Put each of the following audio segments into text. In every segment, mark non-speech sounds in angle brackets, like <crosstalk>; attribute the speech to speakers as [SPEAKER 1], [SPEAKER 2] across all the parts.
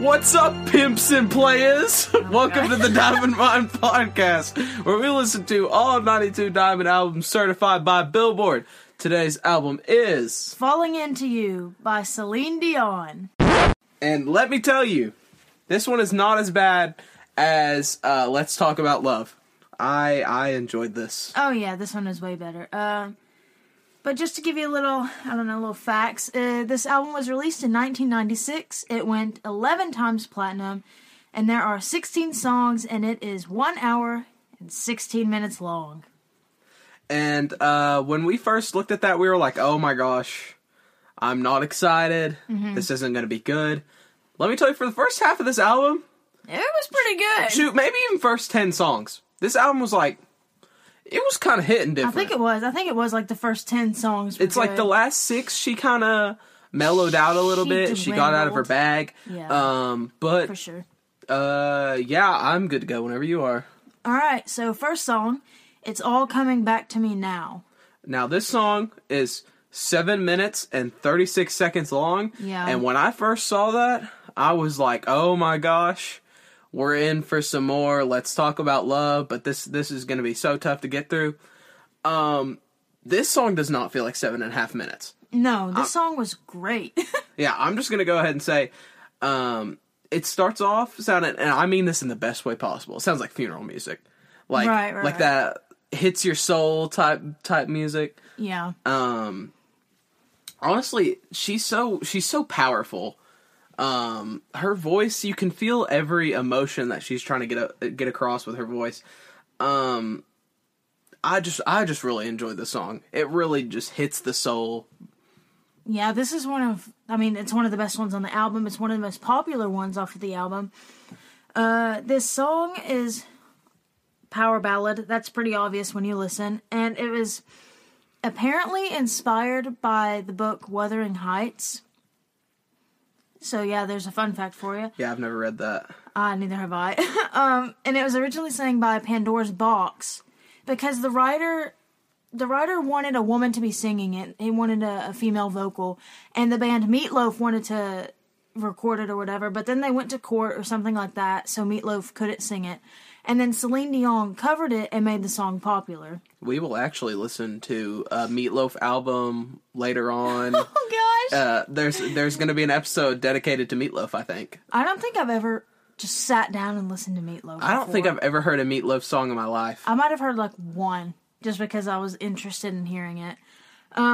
[SPEAKER 1] What's up, pimps and players? <laughs> Welcome to the Diamond Mine Podcast, where we listen to all 92 Diamond albums certified by Billboard. Today's album is.
[SPEAKER 2] Falling Into You by Celine Dion.
[SPEAKER 1] And let me tell you, this one is not as bad as uh, Let's Talk About Love. I I enjoyed this.
[SPEAKER 2] Oh yeah, this one is way better. Uh, but just to give you a little, I don't know, little facts. Uh, this album was released in 1996. It went 11 times platinum, and there are 16 songs, and it is one hour and 16 minutes long.
[SPEAKER 1] And uh, when we first looked at that, we were like, oh my gosh, I'm not excited. This isn't going to be good. Let me tell you, for the first half of this album,
[SPEAKER 2] It was pretty good.
[SPEAKER 1] shoot, maybe even first 10 songs. This album was like, it was kind of hitting
[SPEAKER 2] I
[SPEAKER 1] different.
[SPEAKER 2] think it was. I think it was like the first 10 songs. were
[SPEAKER 1] it's like
[SPEAKER 2] good.
[SPEAKER 1] the last six, she kind of mellowed out a little
[SPEAKER 2] She
[SPEAKER 1] bit. She got out of her
[SPEAKER 2] dwindled.
[SPEAKER 1] bag.
[SPEAKER 2] Yeah.
[SPEAKER 1] Um, but,
[SPEAKER 2] For sure.
[SPEAKER 1] uh, yeah, I'm good to go whenever you are.
[SPEAKER 2] All right, so first song, It's All Coming Back to Me Now.
[SPEAKER 1] Now, this song is seven minutes and 36 seconds long.
[SPEAKER 2] Yeah.
[SPEAKER 1] And when I first saw that, I was like, oh my gosh. We're in for some more. Let's talk about love, but this this is going to be so tough to get through. Um, this song does not feel like seven and a half minutes.
[SPEAKER 2] No,
[SPEAKER 1] Uh.
[SPEAKER 2] this song was great. <laughs>
[SPEAKER 1] Yeah, I'm just going to go ahead and say, um, it starts off sounding, and I mean this in the best way possible. It sounds like funeral music, like
[SPEAKER 2] Right, right,
[SPEAKER 1] like
[SPEAKER 2] right.
[SPEAKER 1] that hits your soul type type music.
[SPEAKER 2] yeah.
[SPEAKER 1] um honestly she's so she's so powerful um her voice you can feel every emotion that she's trying to get a, get across with her voice um i just i just really enjoyed the song it really just hits the soul
[SPEAKER 2] Yeah, this is one of I mean, it's one of the best ones on the album. It's one of the most popular ones off of the album. Uh this song is power ballad. That's pretty obvious when you listen, and it was apparently inspired by the book Wuthering Heights. So yeah, there's a fun fact for you.
[SPEAKER 1] yeah i've never read that
[SPEAKER 2] Ah, neither have I. <laughs> um, and it was originally sang by Pandora's Box because the writer the writer wanted a woman to be singing it. He wanted a, a female vocal, and the band Meatloaf wanted to record it or whatever. But then they went to court or something like that, so Meatloaf couldn't sing it. And then Celine Dion covered it and made the song popular.
[SPEAKER 1] we will actually listen to a meatloaf album later on
[SPEAKER 2] Oh gosh!
[SPEAKER 1] uh there's there's gonna be an episode dedicated to meatloaf i think
[SPEAKER 2] I don't think I've ever just sat down and listened to Meatloaf.
[SPEAKER 1] i don't think
[SPEAKER 2] before.
[SPEAKER 1] i've ever heard a meatloaf song in my life
[SPEAKER 2] I might have heard like one just because I was interested in hearing it. Um,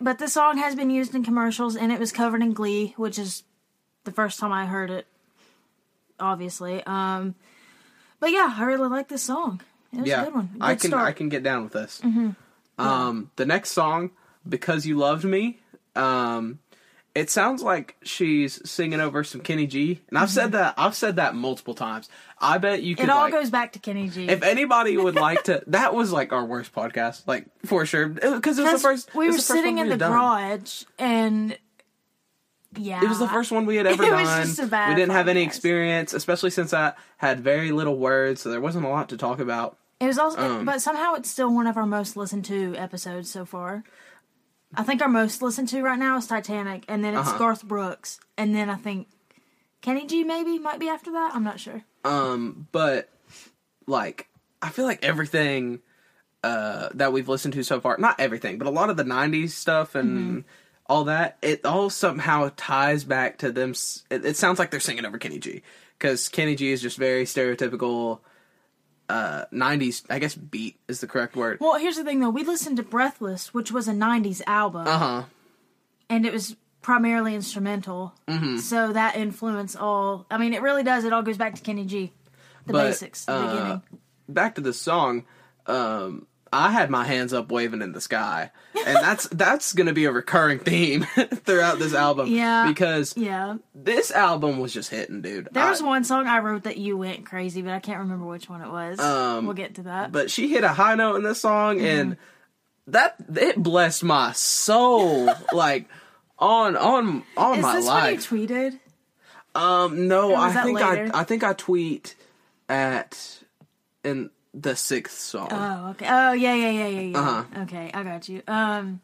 [SPEAKER 2] but the song has been used in commercials and it was covered in Glee, which is the first time I heard it, obviously. Um, but yeah, I really like this song. It was a good one. Good
[SPEAKER 1] I can
[SPEAKER 2] start. Mm-hmm.
[SPEAKER 1] I can get down with this. Um, the next song, "Because You Loved Me," um, it sounds like she's singing over some Kenny G, and I've said that I've said that multiple times. I bet you could.
[SPEAKER 2] Mm-hmm. It all
[SPEAKER 1] like,
[SPEAKER 2] goes back to Kenny G.
[SPEAKER 1] if anybody
[SPEAKER 2] <laughs>
[SPEAKER 1] would like to, that was like our worst podcast, like for sure, because it was the
[SPEAKER 2] 'Cause
[SPEAKER 1] first.
[SPEAKER 2] we
[SPEAKER 1] it
[SPEAKER 2] were
[SPEAKER 1] was the first
[SPEAKER 2] sitting
[SPEAKER 1] one
[SPEAKER 2] in
[SPEAKER 1] we
[SPEAKER 2] the
[SPEAKER 1] had done.
[SPEAKER 2] garage and yeah,
[SPEAKER 1] It was the first one we had ever
[SPEAKER 2] <laughs> It
[SPEAKER 1] done.
[SPEAKER 2] was just a bad
[SPEAKER 1] we didn't have any
[SPEAKER 2] podcast.
[SPEAKER 1] experience, especially since I had very little words, so there wasn't a lot to talk about.
[SPEAKER 2] It was also,
[SPEAKER 1] Um,
[SPEAKER 2] but somehow it's still one of our most listened to episodes so far. I think our most listened to right now is Titanic, and then it's
[SPEAKER 1] Uh-huh.
[SPEAKER 2] Garth Brooks, and then I think Kenny G maybe might be after that. I'm not sure.
[SPEAKER 1] Um, but like I feel like everything uh that we've listened to so far, not everything, but a lot of the 90s stuff and all that, it all somehow ties back to them s- it, it sounds like they're singing over Kenny G cuz Kenny G is just very stereotypical uh 90s, I guess beat is the correct word.
[SPEAKER 2] Well, here's the thing though: we listened to Breathless, which was a '90s album,
[SPEAKER 1] Uh-huh.
[SPEAKER 2] and it was primarily instrumental.
[SPEAKER 1] Mm-hmm.
[SPEAKER 2] So that influenced all. I mean, it really does. It all goes back to Kenny G, the
[SPEAKER 1] But,
[SPEAKER 2] basics, the
[SPEAKER 1] uh,
[SPEAKER 2] beginning.
[SPEAKER 1] back to the song um i had my hands up waving in the sky and that's that's gonna be a recurring theme <laughs> throughout this album
[SPEAKER 2] Yeah.
[SPEAKER 1] because
[SPEAKER 2] Yeah,
[SPEAKER 1] this album was just hitting dude
[SPEAKER 2] there
[SPEAKER 1] I-
[SPEAKER 2] was one song I wrote that you went crazy, but I can't remember which one it was.
[SPEAKER 1] Um,
[SPEAKER 2] we'll get to that.
[SPEAKER 1] but she hit a high note in this song
[SPEAKER 2] Mm-hmm.
[SPEAKER 1] and that it blessed my
[SPEAKER 2] <laughs>
[SPEAKER 1] soul like on on on
[SPEAKER 2] Is
[SPEAKER 1] my
[SPEAKER 2] this
[SPEAKER 1] life
[SPEAKER 2] when you tweeted?
[SPEAKER 1] um no i
[SPEAKER 2] was that
[SPEAKER 1] think
[SPEAKER 2] later?
[SPEAKER 1] i i think i tweet at in the sixth song
[SPEAKER 2] Uh, Oh, okay. Oh, yeah, yeah, yeah, yeah, yeah.
[SPEAKER 1] Uh-huh.
[SPEAKER 2] Okay, I got you. Um,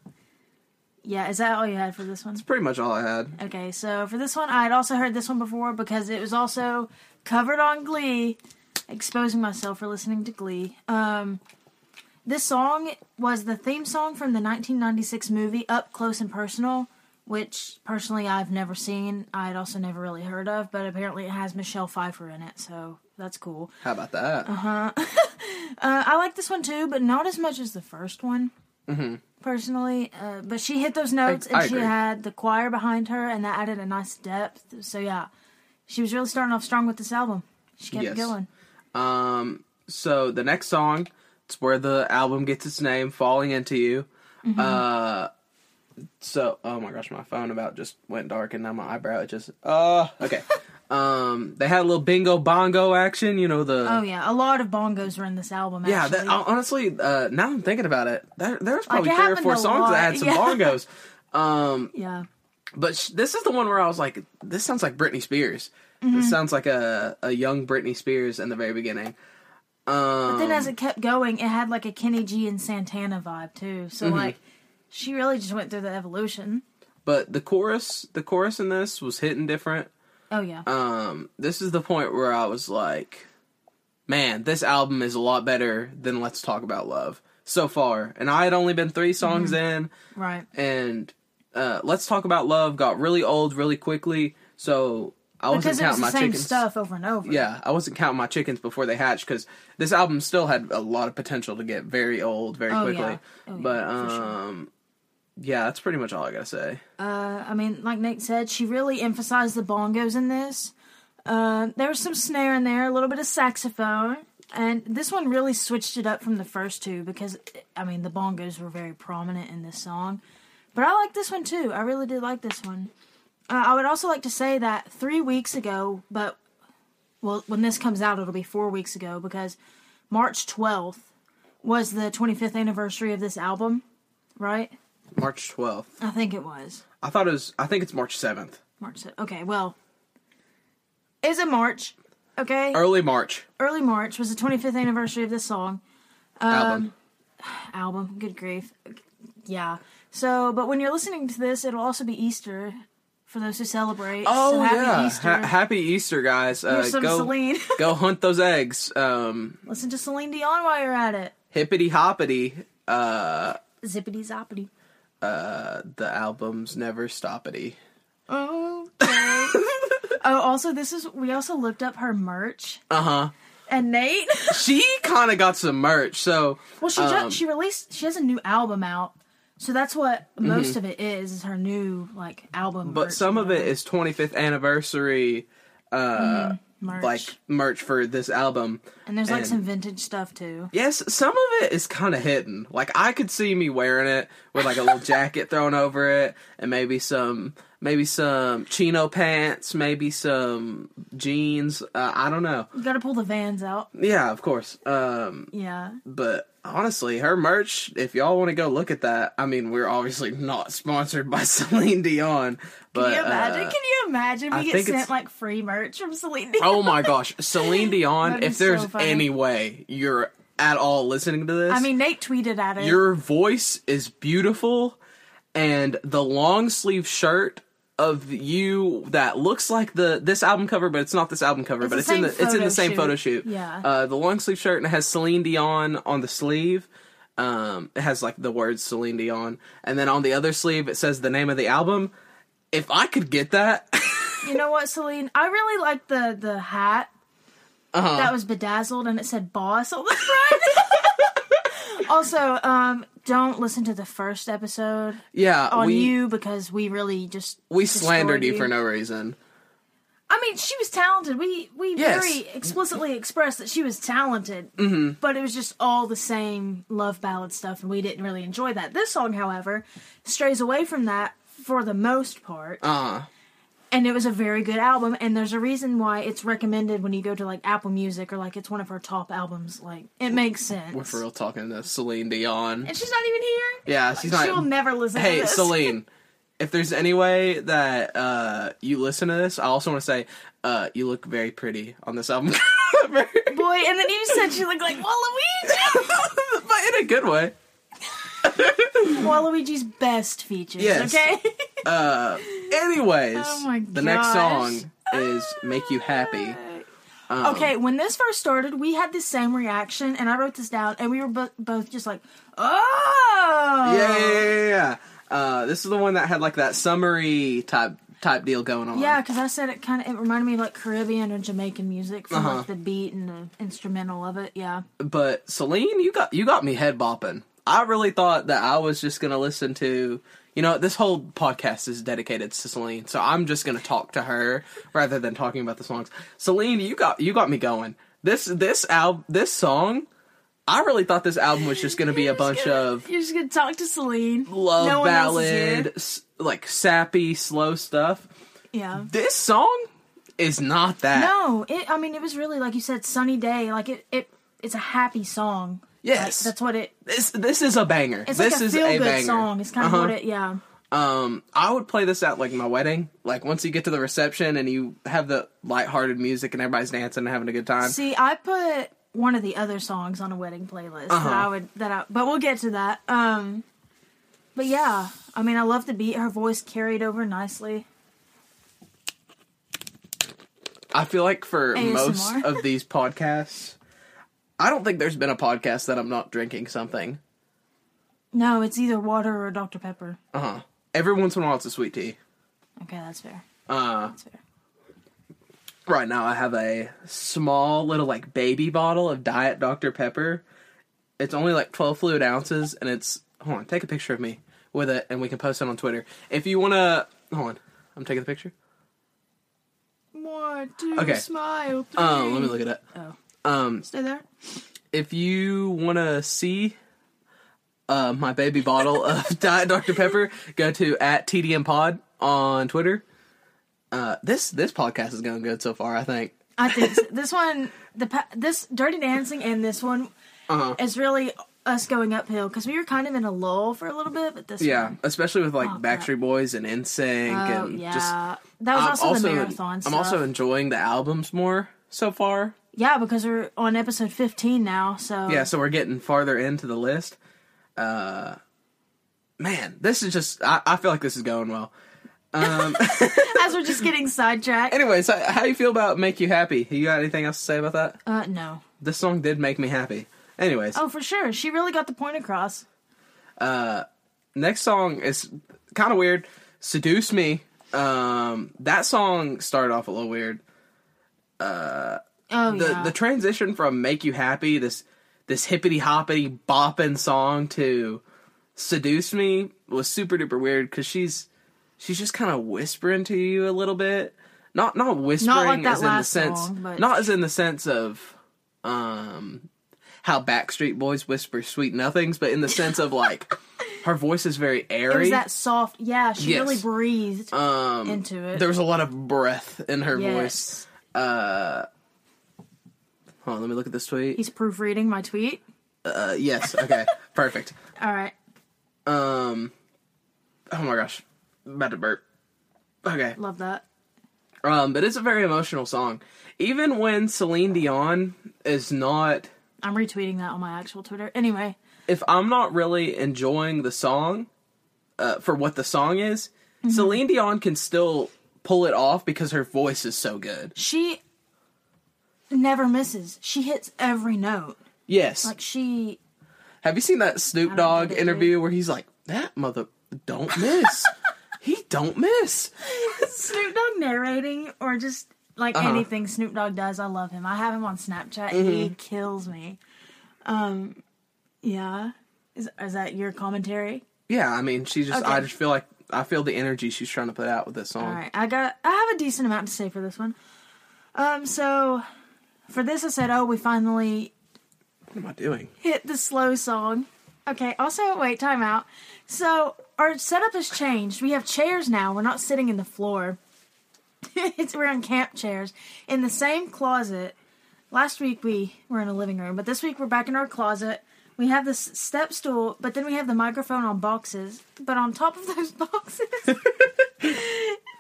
[SPEAKER 2] Yeah, is that all you had for this one?
[SPEAKER 1] That's pretty much all I had.
[SPEAKER 2] Okay, so for this one, I had also heard this one before because it was also covered on Glee, exposing myself for listening to Glee. Um, this song was the theme song from the 1996 movie Up Close and Personal, which personally I've never seen. I'd also never really heard of, but apparently it has Michelle Pfeiffer in it, so that's cool.
[SPEAKER 1] How about that?
[SPEAKER 2] Uh, I like this one too, but not as much as the first one. Personally, uh, but she hit those notes and
[SPEAKER 1] Mm-hmm. I
[SPEAKER 2] she
[SPEAKER 1] agree.
[SPEAKER 2] had the choir behind her, and that added a nice depth. So yeah, she was really starting off strong with this album. She kept
[SPEAKER 1] Yes.
[SPEAKER 2] going.
[SPEAKER 1] Um, so the next song, it's where the album gets its name, "Falling Into You."
[SPEAKER 2] Mm-hmm.
[SPEAKER 1] Uh, so oh my gosh, my phone about just went dark, and now my eyebrow it just uh okay. <laughs> um, they had a little bingo bongo action, you know the.
[SPEAKER 2] Oh yeah, a lot of bongos were in this album. Actually.
[SPEAKER 1] yeah, that, hon- honestly, uh, now I'm thinking about it, there, there was probably
[SPEAKER 2] it
[SPEAKER 1] three or
[SPEAKER 2] happened
[SPEAKER 1] four
[SPEAKER 2] a
[SPEAKER 1] songs that had
[SPEAKER 2] lot,
[SPEAKER 1] some
[SPEAKER 2] yeah. <laughs>
[SPEAKER 1] bongos. Um,
[SPEAKER 2] yeah,
[SPEAKER 1] but sh- this is the one where I was like, this sounds like Britney Spears.
[SPEAKER 2] Mm-hmm.
[SPEAKER 1] This sounds like a a young Britney Spears in the very beginning. Um,
[SPEAKER 2] then as it kept going, it had like a Kenny G and Santana vibe too. So
[SPEAKER 1] Mm-hmm.
[SPEAKER 2] like, she really just went through the evolution.
[SPEAKER 1] but the chorus the chorus in this was hitting different
[SPEAKER 2] Oh yeah,
[SPEAKER 1] um this is the point where i was like man this album is a lot better than let's talk about love so far and i had only been three songs
[SPEAKER 2] Mm-hmm.
[SPEAKER 1] in
[SPEAKER 2] right.
[SPEAKER 1] and uh let's talk about love got really old really quickly so i wasn't
[SPEAKER 2] Because it was
[SPEAKER 1] counting
[SPEAKER 2] the
[SPEAKER 1] my
[SPEAKER 2] same
[SPEAKER 1] chickens
[SPEAKER 2] stuff over and over.
[SPEAKER 1] yeah i wasn't counting my chickens before they hatched because this album still had a lot of potential to get very old very
[SPEAKER 2] Oh,
[SPEAKER 1] quickly
[SPEAKER 2] yeah. Oh, yeah,
[SPEAKER 1] but
[SPEAKER 2] for sure.
[SPEAKER 1] um yeah that's pretty much all i gotta say
[SPEAKER 2] Uh, I mean, like Nate said, she really emphasized the bongos in this. Uh, there was some snare in there, a little bit of saxophone, and this one really switched it up from the first two because, I mean, the bongos were very prominent in this song. But I like this one too. I really did like this one. Uh, I would also like to say that three weeks ago, but well, when this comes out, it'll be four weeks ago because March 12th was the 25th anniversary of this album, right?
[SPEAKER 1] march 12th
[SPEAKER 2] I think it was.
[SPEAKER 1] I thought it was. I think it's March seventh,
[SPEAKER 2] March. se- Okay, well, is it March? Okay,
[SPEAKER 1] early March
[SPEAKER 2] early March was the 25th anniversary of this song Um,
[SPEAKER 1] album.
[SPEAKER 2] album. Good grief, yeah. So, but when you're listening to this, it'll also be Easter for those who celebrate. so
[SPEAKER 1] Oh
[SPEAKER 2] happy
[SPEAKER 1] yeah,
[SPEAKER 2] Easter.
[SPEAKER 1] Ha- happy Easter, guys! Uh,
[SPEAKER 2] Here's some
[SPEAKER 1] go
[SPEAKER 2] Celine. <laughs>
[SPEAKER 1] go hunt those eggs. Um,
[SPEAKER 2] Listen to Celine Dion while you're at it.
[SPEAKER 1] hippity hoppity. Uh,
[SPEAKER 2] Zippity zoppity.
[SPEAKER 1] uh, the album's never stoppity.
[SPEAKER 2] Okay.
[SPEAKER 1] <laughs>
[SPEAKER 2] oh, also, this is we also looked up her merch
[SPEAKER 1] Uh huh.
[SPEAKER 2] and Nate.
[SPEAKER 1] She kind of got some merch, so
[SPEAKER 2] Well, she
[SPEAKER 1] Um,
[SPEAKER 2] ju- she released she has a new album out, so that's what most of it is is her new like album.
[SPEAKER 1] Mm-hmm. but
[SPEAKER 2] merch,
[SPEAKER 1] some of
[SPEAKER 2] whatever.
[SPEAKER 1] it is 25th anniversary, uh,
[SPEAKER 2] merch.
[SPEAKER 1] like merch for this album.
[SPEAKER 2] and there's like
[SPEAKER 1] and-
[SPEAKER 2] some vintage stuff too.
[SPEAKER 1] Yes, some of it is kind of hidden. Like I could see me wearing it with like a
[SPEAKER 2] <laughs>
[SPEAKER 1] little jacket thrown over it, and maybe some, maybe some chino pants, maybe some jeans. Uh, I don't know.
[SPEAKER 2] You got to pull the vans out.
[SPEAKER 1] Yeah, of course. Um,
[SPEAKER 2] Yeah,
[SPEAKER 1] but honestly, her merch. If y'all want to go look at that, I mean, we're obviously not sponsored by <laughs> Celine Dion, but
[SPEAKER 2] can you imagine?
[SPEAKER 1] uh,
[SPEAKER 2] can you imagine we
[SPEAKER 1] I
[SPEAKER 2] get
[SPEAKER 1] think it's-
[SPEAKER 2] sent like free merch from Celine? Dion?
[SPEAKER 1] oh my gosh, Celine Dion.
[SPEAKER 2] That'd be
[SPEAKER 1] if there's
[SPEAKER 2] so funny.
[SPEAKER 1] any way you're at all listening to this,
[SPEAKER 2] <laughs> I mean, Nate tweeted at it.
[SPEAKER 1] Your voice is beautiful, and the long sleeve shirt of you that looks like the this album cover, but it's not this album cover, but
[SPEAKER 2] the
[SPEAKER 1] it's in the
[SPEAKER 2] same
[SPEAKER 1] it's in
[SPEAKER 2] photo
[SPEAKER 1] the same
[SPEAKER 2] shoot.
[SPEAKER 1] photo shoot.
[SPEAKER 2] Yeah.
[SPEAKER 1] uh, the long sleeve shirt and it has Celine Dion on the sleeve. Um, it has like the words Celine Dion, and then on the other sleeve it says the name of the album. If I could get that, <laughs>
[SPEAKER 2] you know what, Celine? I really like the the hat
[SPEAKER 1] Uh-huh.
[SPEAKER 2] that was bedazzled and it said "boss" on the front. <laughs> also, um, don't listen to the first episode.
[SPEAKER 1] yeah,
[SPEAKER 2] on
[SPEAKER 1] we
[SPEAKER 2] you because we really just
[SPEAKER 1] we
[SPEAKER 2] destroyed
[SPEAKER 1] slandered you for no reason.
[SPEAKER 2] I mean, she was talented. We we
[SPEAKER 1] Yes.
[SPEAKER 2] very explicitly expressed that she was talented, mm-hmm. but it was just all the same love ballad stuff, and we didn't really enjoy that. This song, however, strays away from that for the most part,
[SPEAKER 1] Uh,
[SPEAKER 2] and it was a very good album. And there's a reason why it's recommended when you go to like Apple Music or like it's one of her top albums. Like it makes sense.
[SPEAKER 1] we're for real talking to Celine Dion.
[SPEAKER 2] And she's not even here.
[SPEAKER 1] Yeah, she's not.
[SPEAKER 2] She'll never listen.
[SPEAKER 1] hey
[SPEAKER 2] to this.
[SPEAKER 1] Celine, if there's any way that uh, you listen to this, I also want to say uh, you look very pretty on this album <laughs> cover,
[SPEAKER 2] boy. And then you said she looked like Waluigi.
[SPEAKER 1] but in a good way.
[SPEAKER 2] Waluigi's best features.
[SPEAKER 1] Yes.
[SPEAKER 2] Okay.
[SPEAKER 1] Uh, anyways,
[SPEAKER 2] Oh my
[SPEAKER 1] the next
[SPEAKER 2] gosh.
[SPEAKER 1] song <laughs> is "Make You Happy." Um,
[SPEAKER 2] okay. When this first started, we had the same reaction, and I wrote this down, and we were bo- both just like, "Oh,
[SPEAKER 1] Yeah, yeah, yeah, yeah, yeah. Uh, this is the one that had like that summery type type deal going on.
[SPEAKER 2] Yeah, because I said it kind of it reminded me of like Caribbean or Jamaican music from
[SPEAKER 1] Uh-huh.
[SPEAKER 2] like the beat and the instrumental of it. Yeah,
[SPEAKER 1] But Celine, you got you got me head bopping. I really thought that I was just gonna listen to. You know, this whole podcast is dedicated to Celine, so I'm just gonna talk to her rather than talking about the songs. Celine, you got you got me going. This this al this song, I really thought this album was just gonna be a bunch of
[SPEAKER 2] you're just gonna talk to Celine,
[SPEAKER 1] love
[SPEAKER 2] No one else is here.
[SPEAKER 1] ballad, s- like sappy, slow stuff.
[SPEAKER 2] Yeah.
[SPEAKER 1] This song is not that.
[SPEAKER 2] No, it, I mean it was really like you said, sunny day. Like it, it it's a happy song.
[SPEAKER 1] Yes.
[SPEAKER 2] That's what it.
[SPEAKER 1] this this is a banger.
[SPEAKER 2] It's
[SPEAKER 1] this
[SPEAKER 2] like a
[SPEAKER 1] is
[SPEAKER 2] feel
[SPEAKER 1] a
[SPEAKER 2] good
[SPEAKER 1] banger.
[SPEAKER 2] song. It's kind of
[SPEAKER 1] Uh-huh.
[SPEAKER 2] what it. Yeah.
[SPEAKER 1] Um, I would play this at like my wedding. Like once you get to the reception and you have the lighthearted music and everybody's dancing and having a good time.
[SPEAKER 2] See, I put one of the other songs on a wedding playlist
[SPEAKER 1] Uh-huh.
[SPEAKER 2] that I would that I but we'll get to that. Um but yeah, I mean I love the beat. Her voice carried over nicely.
[SPEAKER 1] I feel like for
[SPEAKER 2] ASMR.
[SPEAKER 1] most of these podcasts, I don't think there's been a podcast that I'm not drinking something.
[SPEAKER 2] No, it's either water or Dr. Pepper.
[SPEAKER 1] Uh huh. Every once in a while, it's a sweet tea.
[SPEAKER 2] Okay, that's fair.
[SPEAKER 1] Uh,
[SPEAKER 2] That's fair.
[SPEAKER 1] right now I have a small little like baby bottle of Diet Dr Pepper. It's only like 12 fluid ounces, and it's hold on, take a picture of me with it, and we can post it on Twitter. If you wanna, hold on, I'm taking the picture.
[SPEAKER 2] One, two,
[SPEAKER 1] Okay.
[SPEAKER 2] smile. Three.
[SPEAKER 1] Um, let me look it up.
[SPEAKER 2] Oh.
[SPEAKER 1] Um,
[SPEAKER 2] Stay there.
[SPEAKER 1] if you wanna see. Uh, my baby bottle of <laughs> Diet Dr Pepper. Go to at TDM Pod on Twitter. Uh, this this podcast is going good so far. I think.
[SPEAKER 2] I think so. this one, the pa- this Dirty Dancing and this one
[SPEAKER 1] Uh-huh.
[SPEAKER 2] is really us going uphill because we were kind of in a lull for a little bit, but this
[SPEAKER 1] Yeah,
[SPEAKER 2] one,
[SPEAKER 1] especially with like
[SPEAKER 2] Oh, crap.
[SPEAKER 1] Backstreet Boys and NSYNC
[SPEAKER 2] oh,
[SPEAKER 1] and
[SPEAKER 2] yeah,
[SPEAKER 1] just
[SPEAKER 2] that was
[SPEAKER 1] I'm
[SPEAKER 2] also, the marathon.
[SPEAKER 1] I'm
[SPEAKER 2] stuff.
[SPEAKER 1] also enjoying the albums more so far.
[SPEAKER 2] yeah because we're on episode fifteen now, so
[SPEAKER 1] Yeah, so we're getting farther into the list. Uh, man, this is just I, I feel like this is going well.
[SPEAKER 2] <laughs> as we're just getting sidetracked.
[SPEAKER 1] Anyways, how, how you feel about "Make You Happy"? You got anything else to say about that?
[SPEAKER 2] Uh, no,
[SPEAKER 1] This song did make me happy. Anyways,
[SPEAKER 2] oh for sure, she really got the point across.
[SPEAKER 1] next song is kind of weird. "Seduce Me." Um, that song started off a little weird.
[SPEAKER 2] Oh
[SPEAKER 1] the
[SPEAKER 2] yeah,
[SPEAKER 1] the transition from "Make You Happy" this this hippity hoppity bopping song to "Seduce Me" was super duper weird because she's she's just kind of whispering to you a little bit, not not whispering
[SPEAKER 2] that
[SPEAKER 1] as in the
[SPEAKER 2] last
[SPEAKER 1] sense
[SPEAKER 2] song, but-
[SPEAKER 1] not as in the sense of um how Backstreet Boys whisper sweet nothings, but in the sense of
[SPEAKER 2] <laughs>
[SPEAKER 1] like her voice is very airy.
[SPEAKER 2] it was that soft. Yeah, she
[SPEAKER 1] Yes.
[SPEAKER 2] really breathed
[SPEAKER 1] um,
[SPEAKER 2] into it.
[SPEAKER 1] there was a lot of breath in her voice.
[SPEAKER 2] yes,
[SPEAKER 1] Hold on, let me look at this tweet.
[SPEAKER 2] he's proofreading my tweet.
[SPEAKER 1] Uh, yes,
[SPEAKER 2] <laughs>
[SPEAKER 1] okay, perfect.
[SPEAKER 2] All right.
[SPEAKER 1] Um. Oh my gosh, about to burp. Okay.
[SPEAKER 2] Love that.
[SPEAKER 1] Um, but it's a very emotional song. Even when Celine Dion is not,
[SPEAKER 2] I'm retweeting that on my actual Twitter. Anyway,
[SPEAKER 1] if I'm not really enjoying the song, uh, for what the song is,
[SPEAKER 2] Mm-hmm.
[SPEAKER 1] Celine Dion can still pull it off because her voice is so good.
[SPEAKER 2] she never misses. She hits every note.
[SPEAKER 1] Yes.
[SPEAKER 2] Like she
[SPEAKER 1] Have you seen that Snoop
[SPEAKER 2] don't know
[SPEAKER 1] Dogg
[SPEAKER 2] that
[SPEAKER 1] interview where he's like, "That mother don't
[SPEAKER 2] <laughs>
[SPEAKER 1] miss." he don't miss.
[SPEAKER 2] Snoop Dogg narrating or just like
[SPEAKER 1] Uh-huh.
[SPEAKER 2] anything Snoop Dogg does. I love him. I have him on Snapchat. He kills me. Um yeah. Is is that your commentary?
[SPEAKER 1] Yeah, I mean, she just. I
[SPEAKER 2] Okay.
[SPEAKER 1] just feel like I feel the energy she's trying to put out with this song.
[SPEAKER 2] All right. I got I have a decent amount to say for this one. Um so for this I said, "Oh, we finally
[SPEAKER 1] What am I doing?
[SPEAKER 2] hit the slow song. Okay, also, wait, time out. So, our setup has changed. We have chairs now. We're not sitting in the floor. <laughs> it's, we're in camp chairs in the same closet. Last week we were in a living room, but this week we're back in our closet. We have this step stool, but then we have the microphone on boxes. But on top of <laughs> those boxes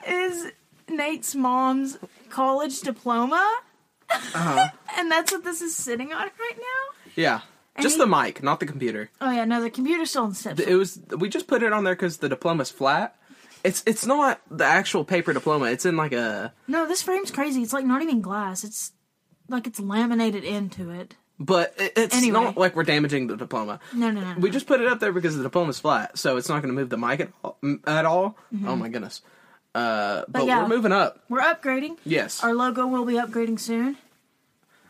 [SPEAKER 2] is Nate's mom's college diploma,
[SPEAKER 1] Uh huh.
[SPEAKER 2] <laughs> and that's what this is sitting on right now.
[SPEAKER 1] Yeah.
[SPEAKER 2] And
[SPEAKER 1] Just
[SPEAKER 2] he-
[SPEAKER 1] the mic, not the computer.
[SPEAKER 2] Oh yeah, no, the computer's still in steps.
[SPEAKER 1] It was we just put it on there because the diploma's flat. It's it's not the actual paper diploma. It's in like a
[SPEAKER 2] no, this frame's crazy. It's like not even glass. It's like it's laminated into it.
[SPEAKER 1] but it, it's
[SPEAKER 2] Anyway.
[SPEAKER 1] not like we're damaging the diploma.
[SPEAKER 2] No, no, no. no.
[SPEAKER 1] We just put it up there because the diploma's flat, so it's not going to move the mic at all. m- At all. Oh my goodness. Uh, but
[SPEAKER 2] Mm-hmm. yeah.
[SPEAKER 1] we're moving up.
[SPEAKER 2] We're upgrading.
[SPEAKER 1] Yes.
[SPEAKER 2] Our logo will be upgrading soon.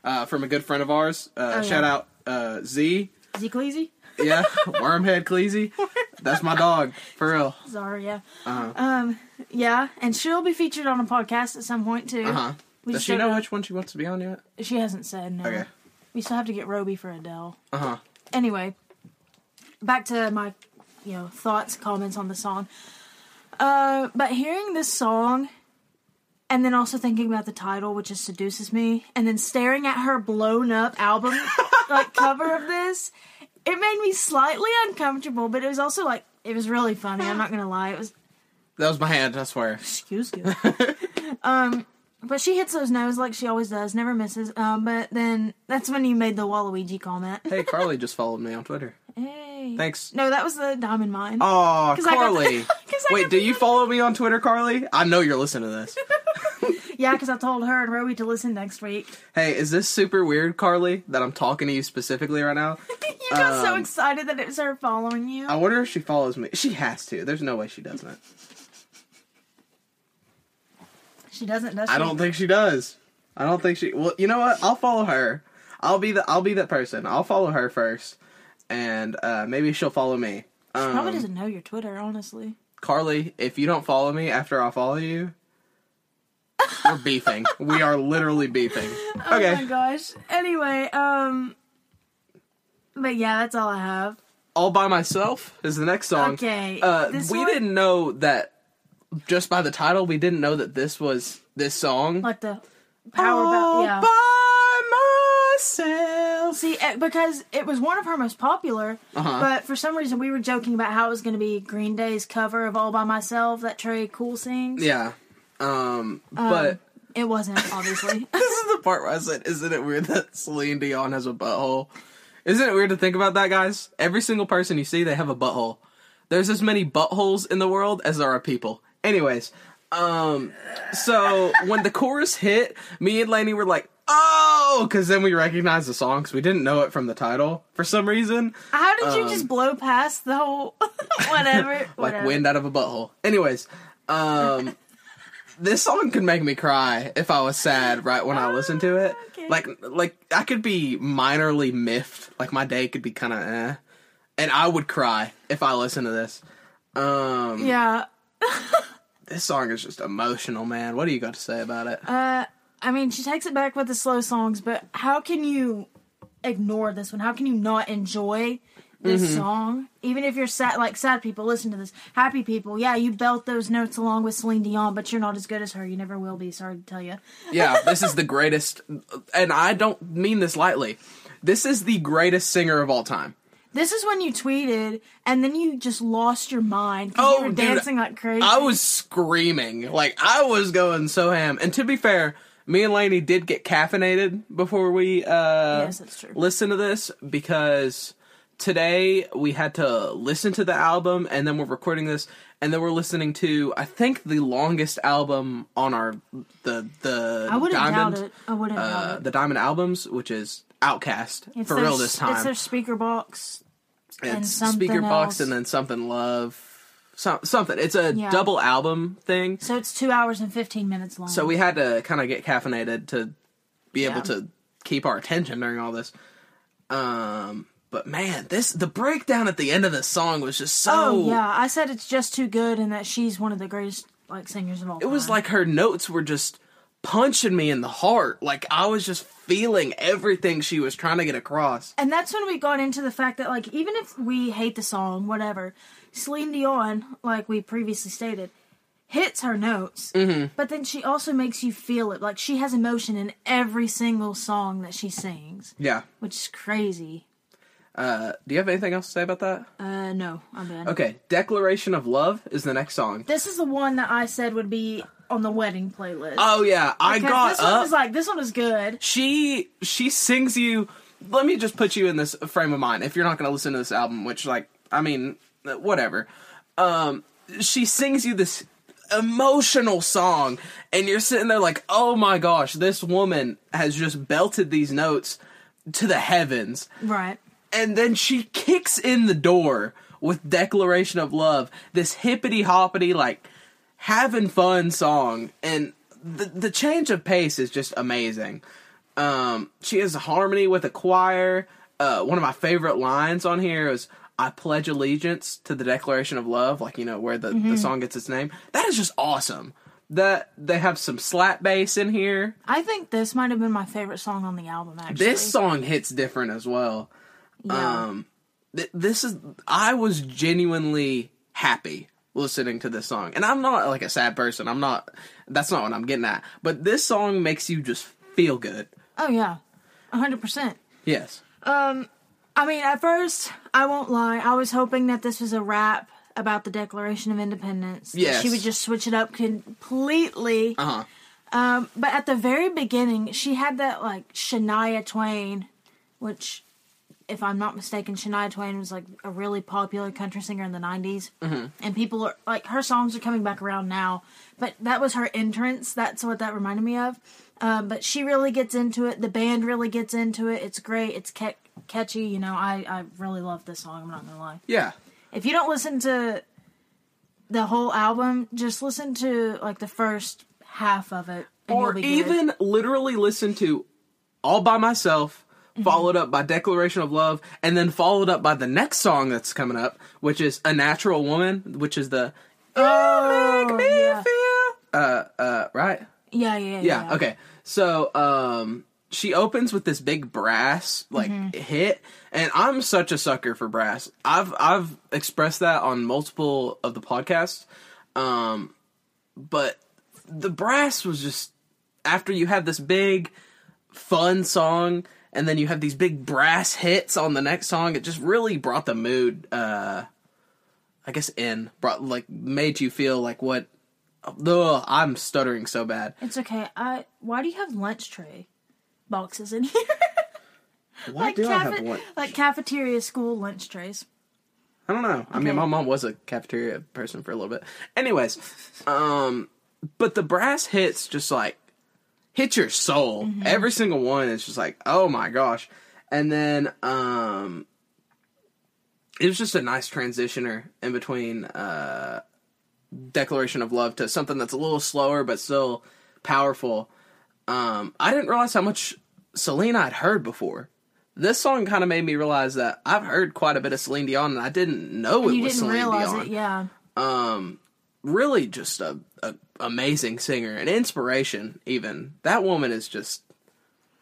[SPEAKER 1] uh, from a good friend of ours. Uh,
[SPEAKER 2] Oh, yeah.
[SPEAKER 1] Shout out uh, Z.
[SPEAKER 2] Zeke Easy. <laughs>
[SPEAKER 1] Yeah, Wormhead Cleasy. That's my dog, for real.
[SPEAKER 2] Sorry, yeah.
[SPEAKER 1] Uh-huh.
[SPEAKER 2] Um, yeah, and she'll be featured on a podcast at some point too.
[SPEAKER 1] Uh-huh. Does
[SPEAKER 2] We uh, just
[SPEAKER 1] she
[SPEAKER 2] don't
[SPEAKER 1] know which one she wants to be on yet?
[SPEAKER 2] She hasn't said no.
[SPEAKER 1] Okay.
[SPEAKER 2] We still have to get Roby for Adele.
[SPEAKER 1] Uh huh.
[SPEAKER 2] Anyway, back to my, you know, thoughts, comments on the song. Uh, but hearing this song, and then also thinking about the title, which is "Seduces Me," and then staring at her blown up album like cover of this, it made me slightly uncomfortable. But it was also like it was really funny. I'm not gonna lie, it was
[SPEAKER 1] That was my hand, I swear.
[SPEAKER 2] excuse you. <laughs> um, but she hits those no's like she always does, never misses. Um, but then that's when you made the Waluigi comment.
[SPEAKER 1] Hey, Carly just followed me on Twitter.
[SPEAKER 2] Hey.
[SPEAKER 1] Thanks.
[SPEAKER 2] No, that was the Diamond Mine.
[SPEAKER 1] Oh,
[SPEAKER 2] 'Cause I got the-
[SPEAKER 1] Carly.
[SPEAKER 2] <laughs> 'cause I
[SPEAKER 1] Wait,
[SPEAKER 2] got
[SPEAKER 1] do
[SPEAKER 2] the-
[SPEAKER 1] you follow me on Twitter, Carly? I know you're listening to this.
[SPEAKER 2] <laughs> Yeah, because I told her and Roby to listen next week. <laughs>
[SPEAKER 1] Hey, is this super weird, Carly, that I'm talking to you specifically right now?
[SPEAKER 2] you got so
[SPEAKER 1] Um,
[SPEAKER 2] excited that it was her following you.
[SPEAKER 1] I wonder if she follows me. She has to. There's no way she doesn't.
[SPEAKER 2] she doesn't, does she?
[SPEAKER 1] I don't think she does. I don't think she. Well, you know what? I'll follow her. I'll be the. I'll be that person. I'll follow her first, and uh, maybe she'll follow me. Um,
[SPEAKER 2] Probably doesn't know your Twitter, honestly.
[SPEAKER 1] Carly, if you don't follow me after I follow you, we're beefing. we are literally beefing.
[SPEAKER 2] <laughs> Oh my
[SPEAKER 1] Okay.
[SPEAKER 2] gosh. Anyway, um. But yeah, that's all I have.
[SPEAKER 1] All by myself is the next song.
[SPEAKER 2] Okay,
[SPEAKER 1] Uh,
[SPEAKER 2] this
[SPEAKER 1] we
[SPEAKER 2] one-
[SPEAKER 1] didn't know that. Just by the title, we didn't know that this was this song.
[SPEAKER 2] Like the power about.
[SPEAKER 1] All
[SPEAKER 2] Yeah.
[SPEAKER 1] by myself.
[SPEAKER 2] See, eh, because it was one of her most popular,
[SPEAKER 1] Uh-huh.
[SPEAKER 2] but for some reason we were joking about how it was going to be Green Day's cover of All By Myself that Trey Cool sings.
[SPEAKER 1] Yeah. Um, but
[SPEAKER 2] It wasn't,
[SPEAKER 1] <laughs>
[SPEAKER 2] obviously.
[SPEAKER 1] this is the part where I said, isn't it weird that Celine Dion has a butthole? Isn't it weird to think about that, guys? Every single person you see, they have a butthole. There's as many buttholes in the world as there are people. Anyways, um, so when the chorus hit, me and Lainey were like, oh, because then we recognized the song because we didn't know it from the title for some reason.
[SPEAKER 2] How did you just blow past the whole <laughs> whatever?
[SPEAKER 1] Um, <laughs> like
[SPEAKER 2] whatever.
[SPEAKER 1] wind out of a butthole. Anyways, um,
[SPEAKER 2] <laughs>
[SPEAKER 1] this song could make me cry if I was sad right when I listened to it.
[SPEAKER 2] Oh, Okay.
[SPEAKER 1] Like, like I could be minorly miffed. Like my day could be kind of eh, and I would cry if I listened to this. Um,
[SPEAKER 2] Yeah.
[SPEAKER 1] this song is just emotional, man. What do you got to say about it?
[SPEAKER 2] Uh, I mean, she takes it back with the slow songs, but how can you ignore this one? How can you not enjoy this
[SPEAKER 1] Mm-hmm.
[SPEAKER 2] song? Even if you're sad, like sad people, listen to this. Happy people, yeah, you belt those notes along with Celine Dion, but you're not as good as her. You never will be. Sorry to tell you. <laughs>
[SPEAKER 1] yeah, this is the greatest, and I don't mean this lightly. This is the greatest singer of all time.
[SPEAKER 2] This is when you tweeted, and then you just lost your mind. 'cause
[SPEAKER 1] Oh,
[SPEAKER 2] you were
[SPEAKER 1] dude,
[SPEAKER 2] dancing like crazy.
[SPEAKER 1] I was screaming. Like I was going so ham. And to be fair, me and Lainey did get caffeinated before we uh
[SPEAKER 2] Yes, that's true.
[SPEAKER 1] listen to this because today we had to listen to the album and then we're recording this and then we're listening to I think the longest album on our the the
[SPEAKER 2] I wouldn't
[SPEAKER 1] diamond
[SPEAKER 2] doubt it. I wouldn't
[SPEAKER 1] uh
[SPEAKER 2] doubt it.
[SPEAKER 1] the diamond albums which is Outcast
[SPEAKER 2] It's
[SPEAKER 1] for
[SPEAKER 2] their
[SPEAKER 1] real
[SPEAKER 2] s-
[SPEAKER 1] this time
[SPEAKER 2] It's their speaker box. and
[SPEAKER 1] it's
[SPEAKER 2] something
[SPEAKER 1] speaker box
[SPEAKER 2] else.
[SPEAKER 1] and then something love some, something it's a
[SPEAKER 2] Yeah.
[SPEAKER 1] double album thing
[SPEAKER 2] So it's two hours and fifteen minutes long.
[SPEAKER 1] so we had to kind of get caffeinated to be able
[SPEAKER 2] Yeah.
[SPEAKER 1] to keep our attention during all this um but man this the breakdown at the end of the song was just so
[SPEAKER 2] Oh yeah, I said it's just too good, and that she's one of the greatest like singers of all.
[SPEAKER 1] it was like her notes were just punching me in the heart like i was just feeling everything she was trying to get across
[SPEAKER 2] and that's when we got into the fact that like even if we hate the song, whatever, Celine Dion, like we previously stated, hits her notes,
[SPEAKER 1] Mm-hmm.
[SPEAKER 2] but then she also makes you feel it. Like she has emotion in every single song that she sings,
[SPEAKER 1] yeah
[SPEAKER 2] which is crazy.
[SPEAKER 1] uh do you have anything else to say about that
[SPEAKER 2] Uh, no, I'm done.
[SPEAKER 1] okay declaration of love is the next song
[SPEAKER 2] This is the one that I said would be on the wedding playlist.
[SPEAKER 1] Oh yeah, I
[SPEAKER 2] 'Cause
[SPEAKER 1] got
[SPEAKER 2] this
[SPEAKER 1] up.
[SPEAKER 2] one was like this one was good.
[SPEAKER 1] she she sings you let me just put you in this frame of mind. If you're not going to listen to this album, which like I mean, whatever. Um, she sings you this emotional song, and you're sitting there like, oh my gosh, this woman has just belted these notes to the heavens
[SPEAKER 2] Right.
[SPEAKER 1] and then she kicks in the door with declaration of love this hippity hoppity like having fun song and the, the change of pace is just amazing um she has harmony with a choir uh one of my favorite lines on here is i pledge allegiance to the declaration of love like you know where the, the song gets its name that is just awesome that they have some slap bass in here
[SPEAKER 2] I think this might have been my favorite song on the album. Actually,
[SPEAKER 1] this song hits different as well
[SPEAKER 2] Yeah.
[SPEAKER 1] um th- this is i was genuinely happy listening to this song and i'm not like a sad person i'm not that's not what i'm getting at but this song makes you just feel good
[SPEAKER 2] Oh yeah, hundred percent.
[SPEAKER 1] yes
[SPEAKER 2] I mean, at first, I won't lie. I was hoping that this was a rap about the Declaration of Independence. that
[SPEAKER 1] Yes.
[SPEAKER 2] she would just switch it up completely.
[SPEAKER 1] uh-huh
[SPEAKER 2] Um, but at the very beginning, she had that like Shania Twain, which, if I'm not mistaken, Shania Twain was like a really popular country singer in the '90s, mm-hmm. and people are like her songs are coming back around now. But that was her entrance. That's what that reminded me of. Um, but she really gets into it. The band really gets into it. It's great. It's ca- catchy. You know, I I really love this song. I'm not gonna lie
[SPEAKER 1] yeah
[SPEAKER 2] if you don't listen to the whole album, just listen to like the first half of it. and you'll
[SPEAKER 1] or
[SPEAKER 2] be good.
[SPEAKER 1] even literally listen to all by myself
[SPEAKER 2] Mm-hmm.
[SPEAKER 1] followed up by declaration of love and then followed up by the next song that's coming up which is a natural woman which is the
[SPEAKER 2] Oh,
[SPEAKER 1] make me
[SPEAKER 2] yeah.
[SPEAKER 1] feel uh uh right
[SPEAKER 2] yeah, yeah, yeah,
[SPEAKER 1] Yeah, okay. So, um she opens with this big brass like hit and I'm such a sucker for brass. I've I've expressed that on multiple of the podcasts. Um but the brass was just after you have this big fun song and then you have these big brass hits on the next song, it just really brought the mood uh I guess in brought like made you feel like what Ugh, I'm stuttering so bad.
[SPEAKER 2] It's okay. I. Why do you have lunch tray boxes in <laughs> here?
[SPEAKER 1] Why
[SPEAKER 2] like
[SPEAKER 1] do I have
[SPEAKER 2] cafe-
[SPEAKER 1] one?
[SPEAKER 2] Like cafeteria school lunch trays.
[SPEAKER 1] I don't know. I mean, my mom was a cafeteria person for a little bit. Anyways, um, but the brass hits just like hit your soul.
[SPEAKER 2] Mm-hmm.
[SPEAKER 1] Every single one is just like, oh my gosh. And then um, it was just a nice transitioner in between uh, declaration of love to something that's a little slower but still powerful. Um, I didn't realize how much Selena I'd heard before. This song kind of made me realize that I've heard quite a bit of Celine Dion, and I didn't know it
[SPEAKER 2] you
[SPEAKER 1] was
[SPEAKER 2] didn't
[SPEAKER 1] Celine
[SPEAKER 2] realize
[SPEAKER 1] Dion
[SPEAKER 2] it, yeah.
[SPEAKER 1] really just a, a amazing singer an inspiration even that woman is just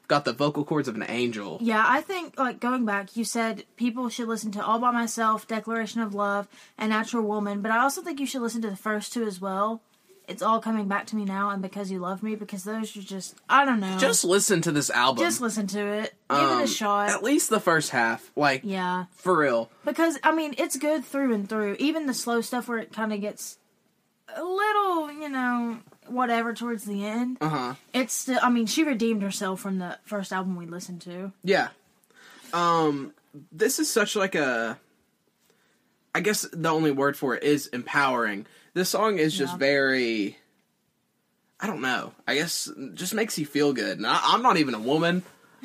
[SPEAKER 1] got the vocal cords of an angel
[SPEAKER 2] Yeah, I think like going back, you said people should listen to All by Myself, Declaration of Love, and Natural Woman, but I also think you should listen to the first two as well. It's all coming back to me now, and because you love me, because those are just I don't know.
[SPEAKER 1] just listen to this album
[SPEAKER 2] Just listen to it, give it a
[SPEAKER 1] Um,
[SPEAKER 2] shot.
[SPEAKER 1] at least the first half like
[SPEAKER 2] Yeah,
[SPEAKER 1] for real
[SPEAKER 2] because I mean it's good through and through. Even the slow stuff where it kind of gets a little, you know, whatever towards the end.
[SPEAKER 1] uh-huh
[SPEAKER 2] It's still. I mean, she redeemed herself from the first album we listened to.
[SPEAKER 1] yeah um this is such like a i guess the only word for it is empowering this song is just
[SPEAKER 2] Yeah.
[SPEAKER 1] very i don't know i guess just makes you feel good and I, i'm not even a woman <laughs>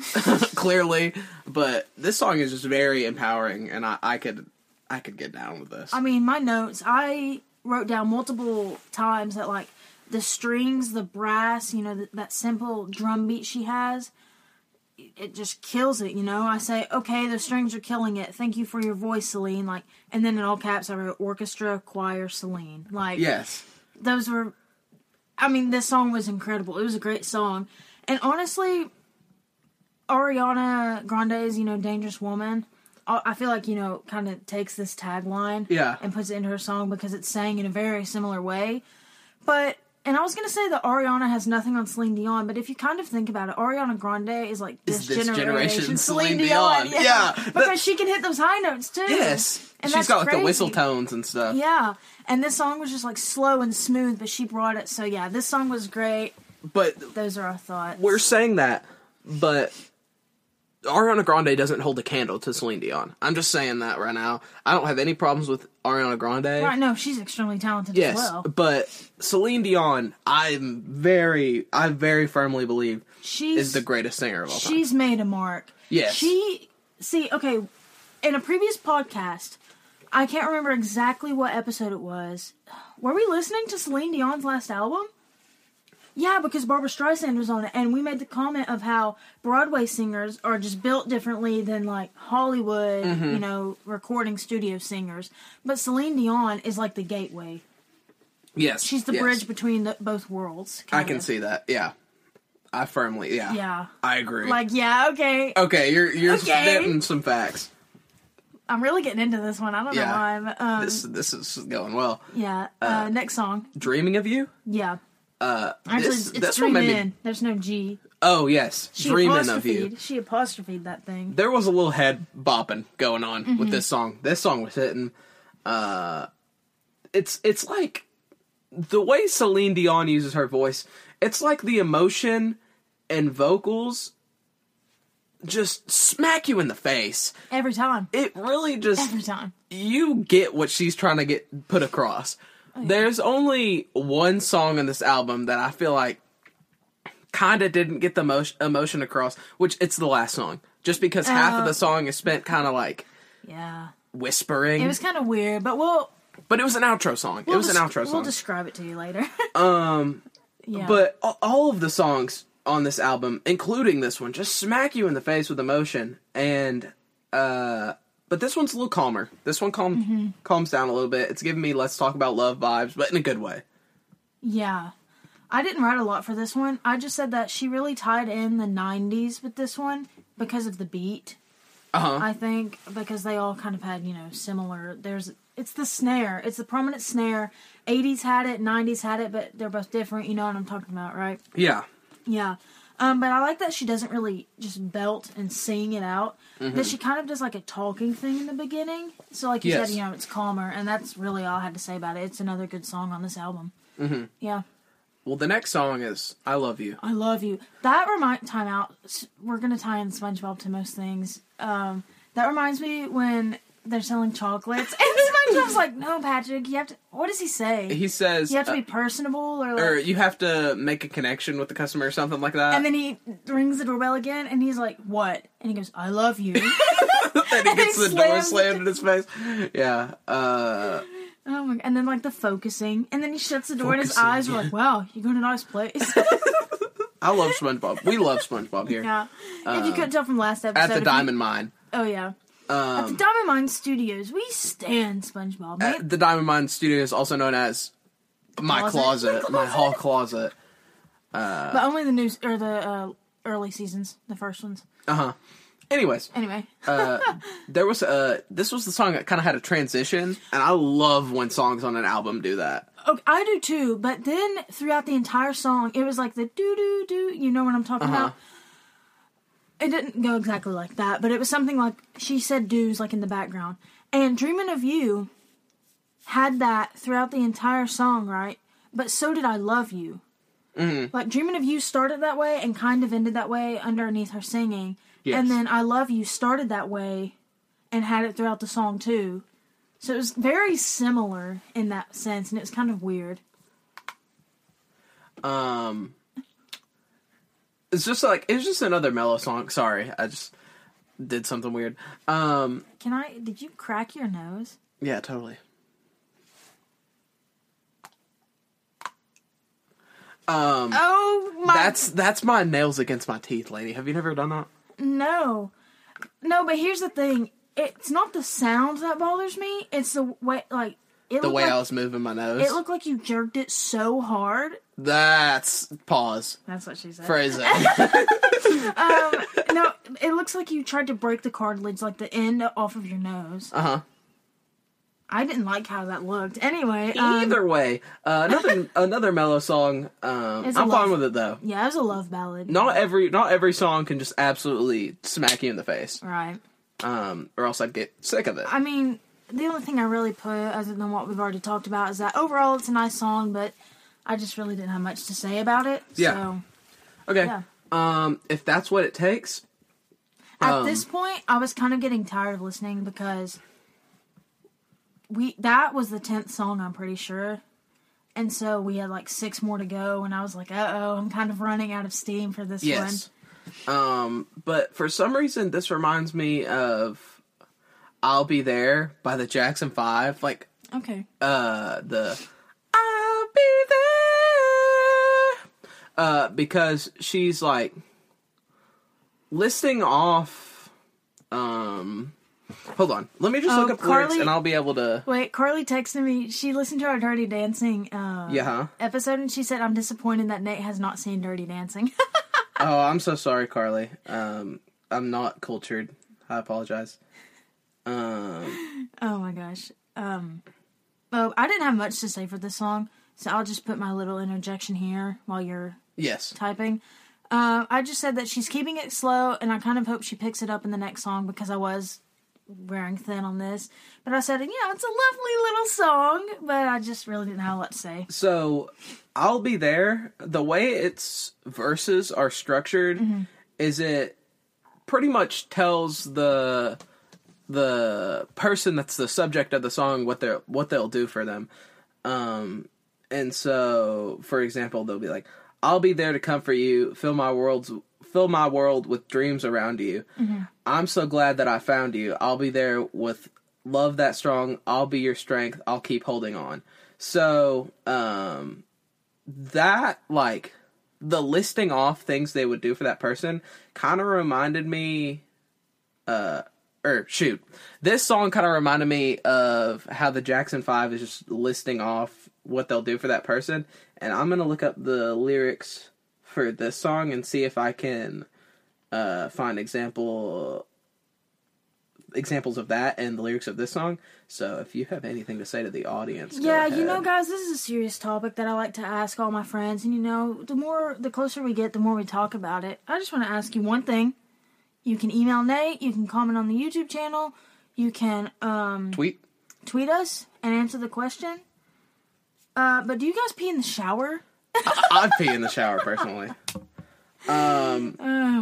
[SPEAKER 1] clearly but this song is just very empowering and i, I could i could get down with this
[SPEAKER 2] I mean, my notes, I wrote down multiple times that, like, the strings, the brass, you know, th- that simple drum beat she has, it- it just kills it, you know? I say, okay, the strings are killing it. Thank you for your voice, Celine. Like, and then in all caps, I wrote orchestra, choir, Celine. Like,
[SPEAKER 1] yes
[SPEAKER 2] those were I mean, this song was incredible. It was a great song. And honestly, Ariana Grande's, you know, Dangerous Woman, I I feel like, you know, kind of takes this tagline
[SPEAKER 1] Yeah.
[SPEAKER 2] and puts it into her song because it's sang in a very similar way. But and I was gonna say that Ariana has nothing on Celine Dion, but if you kind of think about it, Ariana Grande is like
[SPEAKER 1] Is
[SPEAKER 2] this,
[SPEAKER 1] this generation Celine Dion.
[SPEAKER 2] <laughs>
[SPEAKER 1] Yeah,
[SPEAKER 2] because
[SPEAKER 1] that's-
[SPEAKER 2] she can hit those high notes too.
[SPEAKER 1] yes
[SPEAKER 2] and
[SPEAKER 1] she's
[SPEAKER 2] that's
[SPEAKER 1] got like the
[SPEAKER 2] crazy.
[SPEAKER 1] whistle tones and stuff
[SPEAKER 2] Yeah, and this song was just like slow and smooth, but she brought it. So yeah, this song was great.
[SPEAKER 1] but
[SPEAKER 2] Those are our thoughts.
[SPEAKER 1] we're saying that, but Ariana Grande doesn't hold a candle to Celine Dion. I'm just saying that right now. I don't have any problems with Ariana Grande.
[SPEAKER 2] Right, no, she's extremely talented
[SPEAKER 1] Yes,
[SPEAKER 2] as well.
[SPEAKER 1] but Celine Dion, I'm very, I very firmly believe
[SPEAKER 2] She's
[SPEAKER 1] is the greatest singer of all time.
[SPEAKER 2] she's made a mark.
[SPEAKER 1] Yes.
[SPEAKER 2] She see, okay, in a previous podcast, I can't remember exactly what episode it was. Were we listening to Celine Dion's last album? Yeah, because Barbara Streisand was on it, and we made the comment of how Broadway singers are just built differently than like Hollywood,
[SPEAKER 1] Mm-hmm.
[SPEAKER 2] you know, recording studio singers. But Celine Dion is like the gateway.
[SPEAKER 1] Yes,
[SPEAKER 2] She's the
[SPEAKER 1] yes.
[SPEAKER 2] bridge between the, both worlds.
[SPEAKER 1] I
[SPEAKER 2] kind
[SPEAKER 1] can
[SPEAKER 2] of.
[SPEAKER 1] see that. Yeah, I firmly, yeah,
[SPEAKER 2] Yeah.
[SPEAKER 1] I agree.
[SPEAKER 2] Like, yeah, okay.
[SPEAKER 1] okay, you're you're
[SPEAKER 2] Okay.
[SPEAKER 1] spitting some facts.
[SPEAKER 2] I'm really getting into this one. I don't
[SPEAKER 1] Yeah.
[SPEAKER 2] know why. but, Um,
[SPEAKER 1] This this is going well.
[SPEAKER 2] yeah. Uh, next song.
[SPEAKER 1] Dreaming of you.
[SPEAKER 2] Yeah.
[SPEAKER 1] Uh,
[SPEAKER 2] Actually,
[SPEAKER 1] this,
[SPEAKER 2] it's
[SPEAKER 1] this
[SPEAKER 2] three
[SPEAKER 1] one made me-
[SPEAKER 2] men. There's no G.
[SPEAKER 1] Oh yes,
[SPEAKER 2] She
[SPEAKER 1] dreaming of
[SPEAKER 2] apostrophed.
[SPEAKER 1] you.
[SPEAKER 2] She apostrophed that thing.
[SPEAKER 1] There was a little head bopping going on with this song. This song was hitting. Uh, it's it's like the way Celine Dion uses her voice. It's like the emotion and vocals just smack you in the face.
[SPEAKER 2] Every time.
[SPEAKER 1] It really
[SPEAKER 2] <laughs>
[SPEAKER 1] just
[SPEAKER 2] Every time.
[SPEAKER 1] you get what she's trying to get put across.
[SPEAKER 2] Oh,
[SPEAKER 1] There's only one song on this album that I feel like kind of didn't get the mo- emotion across, which it's the last song. Just because half
[SPEAKER 2] Oh.
[SPEAKER 1] of the song is spent kind of like
[SPEAKER 2] Yeah.
[SPEAKER 1] whispering,
[SPEAKER 2] It was kind of weird, but we'll.
[SPEAKER 1] but it was an outro song.
[SPEAKER 2] we'll
[SPEAKER 1] it was an
[SPEAKER 2] des-
[SPEAKER 1] outro
[SPEAKER 2] We'll
[SPEAKER 1] song.
[SPEAKER 2] describe it to you later. <laughs>
[SPEAKER 1] um,
[SPEAKER 2] yeah.
[SPEAKER 1] but a- all of the songs on this album, including this one, just smack you in the face with emotion. And uh, but this one's a little calmer. This one calm
[SPEAKER 2] Mm-hmm.
[SPEAKER 1] calms down a little bit. It's giving me "Let's Talk About Love" vibes, but in a good way.
[SPEAKER 2] Yeah. I didn't write a lot for this one. I just said that she really tied in the 90s with this one because of the beat.
[SPEAKER 1] Uh-huh.
[SPEAKER 2] I think because they all kind of had, you know, similar. There's it's the snare. It's the prominent snare. 80s had it, 90s had it, but they're both different, you know what I'm talking about, right?
[SPEAKER 1] Yeah,
[SPEAKER 2] Yeah. Um, but I like that she doesn't really just belt and sing it out.
[SPEAKER 1] Mm-hmm.
[SPEAKER 2] That she kind of does like a talking thing in the beginning. So, like you
[SPEAKER 1] Yes.
[SPEAKER 2] said, you know, it's calmer, and that's really all I had to say about it. It's another good song on this album. Mm-hmm. Yeah.
[SPEAKER 1] Well, the next song is "I Love You."
[SPEAKER 2] I love you. That remind time out. s- We're gonna tie in SpongeBob to most things. Um, that reminds me when they're selling chocolates, and SpongeBob's like, "No, Patrick, you have to." What does he say?
[SPEAKER 1] He says,
[SPEAKER 2] you have to be
[SPEAKER 1] uh,
[SPEAKER 2] personable, or, like,
[SPEAKER 1] or you have to make a connection with the customer or something like that.
[SPEAKER 2] and then he rings the doorbell again, and he's like, "What?" And he goes, "I
[SPEAKER 1] <laughs>
[SPEAKER 2] love you."
[SPEAKER 1] And he gets <laughs>
[SPEAKER 2] he
[SPEAKER 1] the door
[SPEAKER 2] slams it.
[SPEAKER 1] slammed in his face. Yeah, uh,
[SPEAKER 2] oh my! And then like the focusing, and then he shuts the door, and his
[SPEAKER 1] Focusing,
[SPEAKER 2] eyes are like, "Wow, you go to a nice place." <laughs>
[SPEAKER 1] I love SpongeBob. we love SpongeBob here <laughs>
[SPEAKER 2] yeah, if you couldn't tell from last episode,
[SPEAKER 1] Uh, at the
[SPEAKER 2] if you-
[SPEAKER 1] Diamond Mine.
[SPEAKER 2] oh yeah,
[SPEAKER 1] Um,
[SPEAKER 2] the Diamond Mine Studios. We stand SpongeBob.
[SPEAKER 1] Uh,
[SPEAKER 2] Man,
[SPEAKER 1] the Diamond Mine Studios, also known as my closet,
[SPEAKER 2] Closet? <laughs>
[SPEAKER 1] my hall closet.
[SPEAKER 2] but only the news or the uh, early seasons, the first ones.
[SPEAKER 1] Uh huh. Anyways,
[SPEAKER 2] Anyway,
[SPEAKER 1] there was a this was the song that kind of had a transition, and I love when songs on an album do that.
[SPEAKER 2] okay, I do too. But then throughout the entire song, it was like the do do do. You know what I'm talking about? It didn't go exactly like that, but it was something like she said "do's" like in the background, and "Dreaming of You" had that throughout the entire song, right? But so did "I Love You."
[SPEAKER 1] Mm-hmm.
[SPEAKER 2] Like "Dreaming of You" started that way and kind of ended that way underneath her singing,
[SPEAKER 1] Yes.
[SPEAKER 2] and then "I Love You" started that way and had it throughout the song too. So it was very similar in that sense, and it was kind of weird.
[SPEAKER 1] Um, it's just like it's just another mellow song. Sorry, I just did something weird. Um,
[SPEAKER 2] Can I? Did you crack your nose?
[SPEAKER 1] yeah, totally. Um,
[SPEAKER 2] Oh my!
[SPEAKER 1] that's that's my nails against my teeth, lady. Have you never done that?
[SPEAKER 2] no, no. But here's the thing: it's not the sound that bothers me. It's the way, like it
[SPEAKER 1] The
[SPEAKER 2] looked
[SPEAKER 1] way
[SPEAKER 2] like,
[SPEAKER 1] I was moving my nose.
[SPEAKER 2] It looked like you jerked it so hard.
[SPEAKER 1] That's pause.
[SPEAKER 2] That's what she said.
[SPEAKER 1] Phrasing.
[SPEAKER 2] <laughs> no, it looks like you tried to break the cartilage, like the end off of your nose.
[SPEAKER 1] uh huh.
[SPEAKER 2] I didn't like how that looked. Anyway, um,
[SPEAKER 1] Either way, uh, another another mellow song. Um, I'm
[SPEAKER 2] It's a
[SPEAKER 1] fine
[SPEAKER 2] love-
[SPEAKER 1] with it though.
[SPEAKER 2] yeah, it was a love ballad.
[SPEAKER 1] Not every not every song can just absolutely smack you in the face,
[SPEAKER 2] right.
[SPEAKER 1] um, or else I'd get sick of it.
[SPEAKER 2] I mean, the only thing I really put other than what we've already talked about is that overall it's a nice song, but I just really didn't have much to say about it.
[SPEAKER 1] Yeah.
[SPEAKER 2] So
[SPEAKER 1] Okay.
[SPEAKER 2] yeah.
[SPEAKER 1] Um, if that's what it takes,
[SPEAKER 2] At this point, I was kind of getting tired of listening because we that was the tenth song, I'm pretty sure, and so we had like six more to go, and I was like, uh oh, I'm kind of running out of steam for this
[SPEAKER 1] Yes. Um, but for some reason, this reminds me of "I'll Be There" by the Jackson Five. Like
[SPEAKER 2] one. Okay,
[SPEAKER 1] uh, the "I'll Be There" uh, because she's like listing off. Um, hold on, let me just
[SPEAKER 2] Oh,
[SPEAKER 1] look up lyrics,
[SPEAKER 2] Carly-
[SPEAKER 1] and I'll be able to.
[SPEAKER 2] wait. Carly texted me. She listened to our Dirty Dancing uh,
[SPEAKER 1] Yeah. Huh?
[SPEAKER 2] episode, and she said, "I'm disappointed that Nate has not seen Dirty Dancing." <laughs>
[SPEAKER 1] Oh, I'm so sorry, Carly. Um, I'm not cultured. I apologize. Um,
[SPEAKER 2] Oh my gosh. Um Oh, I didn't have much to say for this song, so I'll just put my little interjection here while you're
[SPEAKER 1] yes.
[SPEAKER 2] typing. Uh, I just said that she's keeping it slow, and I kind of hope she picks it up in the next song because I was wearing thin on this. But I said, you know, it's a lovely little song, but I just really didn't have a lot to say.
[SPEAKER 1] So, I'll be there. The way its verses are structured is it pretty much tells the the person that's the subject of the song what they are what they'll do for them. Um, and so, for example, they'll be like, "I'll be there to comfort you, fill my world's fill my world with dreams around you. I'm so glad that I found you. I'll be there with love that strong. I'll be your strength. I'll keep holding on." So, um, that like the listing off things they would do for that person kind of reminded me or shoot, this song kind of reminded me of how the Jackson Five is just listing off what they'll do for that person, and I'm gonna look up the lyrics for this song and see if I can uh, find example examples of that and the lyrics of this song. So if you have anything to say to the audience, go
[SPEAKER 2] Yeah, you know,
[SPEAKER 1] ahead.
[SPEAKER 2] guys, this is a serious topic that I like to ask all my friends, and you know, the more, the closer we get, the more we talk about it. I just want to ask you one thing. You can email Nate. You can comment on the YouTube channel. You can um,
[SPEAKER 1] tweet.
[SPEAKER 2] tweet us and answer the question. Uh, but do you guys pee in the shower?
[SPEAKER 1] I'd pee in the shower personally.
[SPEAKER 2] Oh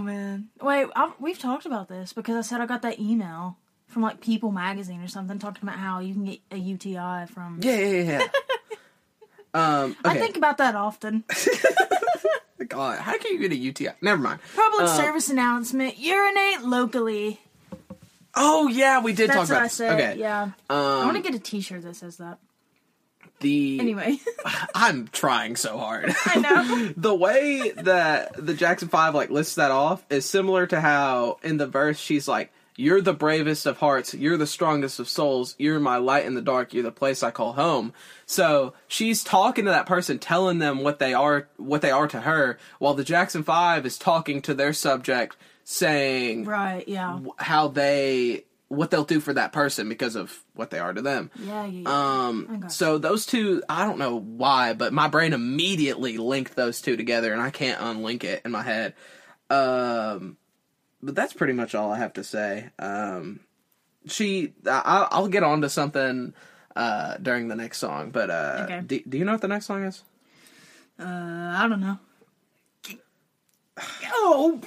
[SPEAKER 2] man! Wait, i we've talked about this because I said I got that email from like People Magazine or something talking about how you can get a UTI from.
[SPEAKER 1] Yeah, yeah, yeah.
[SPEAKER 2] <laughs>
[SPEAKER 1] yeah. um,
[SPEAKER 2] I
[SPEAKER 1] okay.
[SPEAKER 2] think about that often.
[SPEAKER 1] God, how can you get a UTI? Never mind.
[SPEAKER 2] Public service announcement: urinate locally.
[SPEAKER 1] Oh yeah, we did
[SPEAKER 2] That's
[SPEAKER 1] talk about
[SPEAKER 2] what I
[SPEAKER 1] this.
[SPEAKER 2] said.
[SPEAKER 1] Okay.
[SPEAKER 2] Yeah. I
[SPEAKER 1] Um,
[SPEAKER 2] want to get a T-shirt that says that.
[SPEAKER 1] the <laughs>
[SPEAKER 2] Anyway, <laughs>
[SPEAKER 1] I'm trying so hard. <laughs>
[SPEAKER 2] I know.
[SPEAKER 1] the way that the Jackson Five like lists that off is similar to how in the verse she's like, "You're the bravest of hearts. You're the strongest of souls. You're my light in the dark. You're the place I call home." So she's talking to that person, telling them what they are, what they are to her, while the Jackson Five is talking to their subject, saying,
[SPEAKER 2] right? Yeah.
[SPEAKER 1] how they what they'll do for that person because of what they are to them.
[SPEAKER 2] Yeah. yeah, yeah.
[SPEAKER 1] Um
[SPEAKER 2] Okay.
[SPEAKER 1] so those two I don't know why, but my brain immediately linked those two together and I can't unlink it in my head. Um but that's pretty much all I have to say. Um she I I'll get on to something uh during the next song, but uh
[SPEAKER 2] Okay.
[SPEAKER 1] do, do you know what the next song is? Um,
[SPEAKER 2] Uh, I don't know. Oh,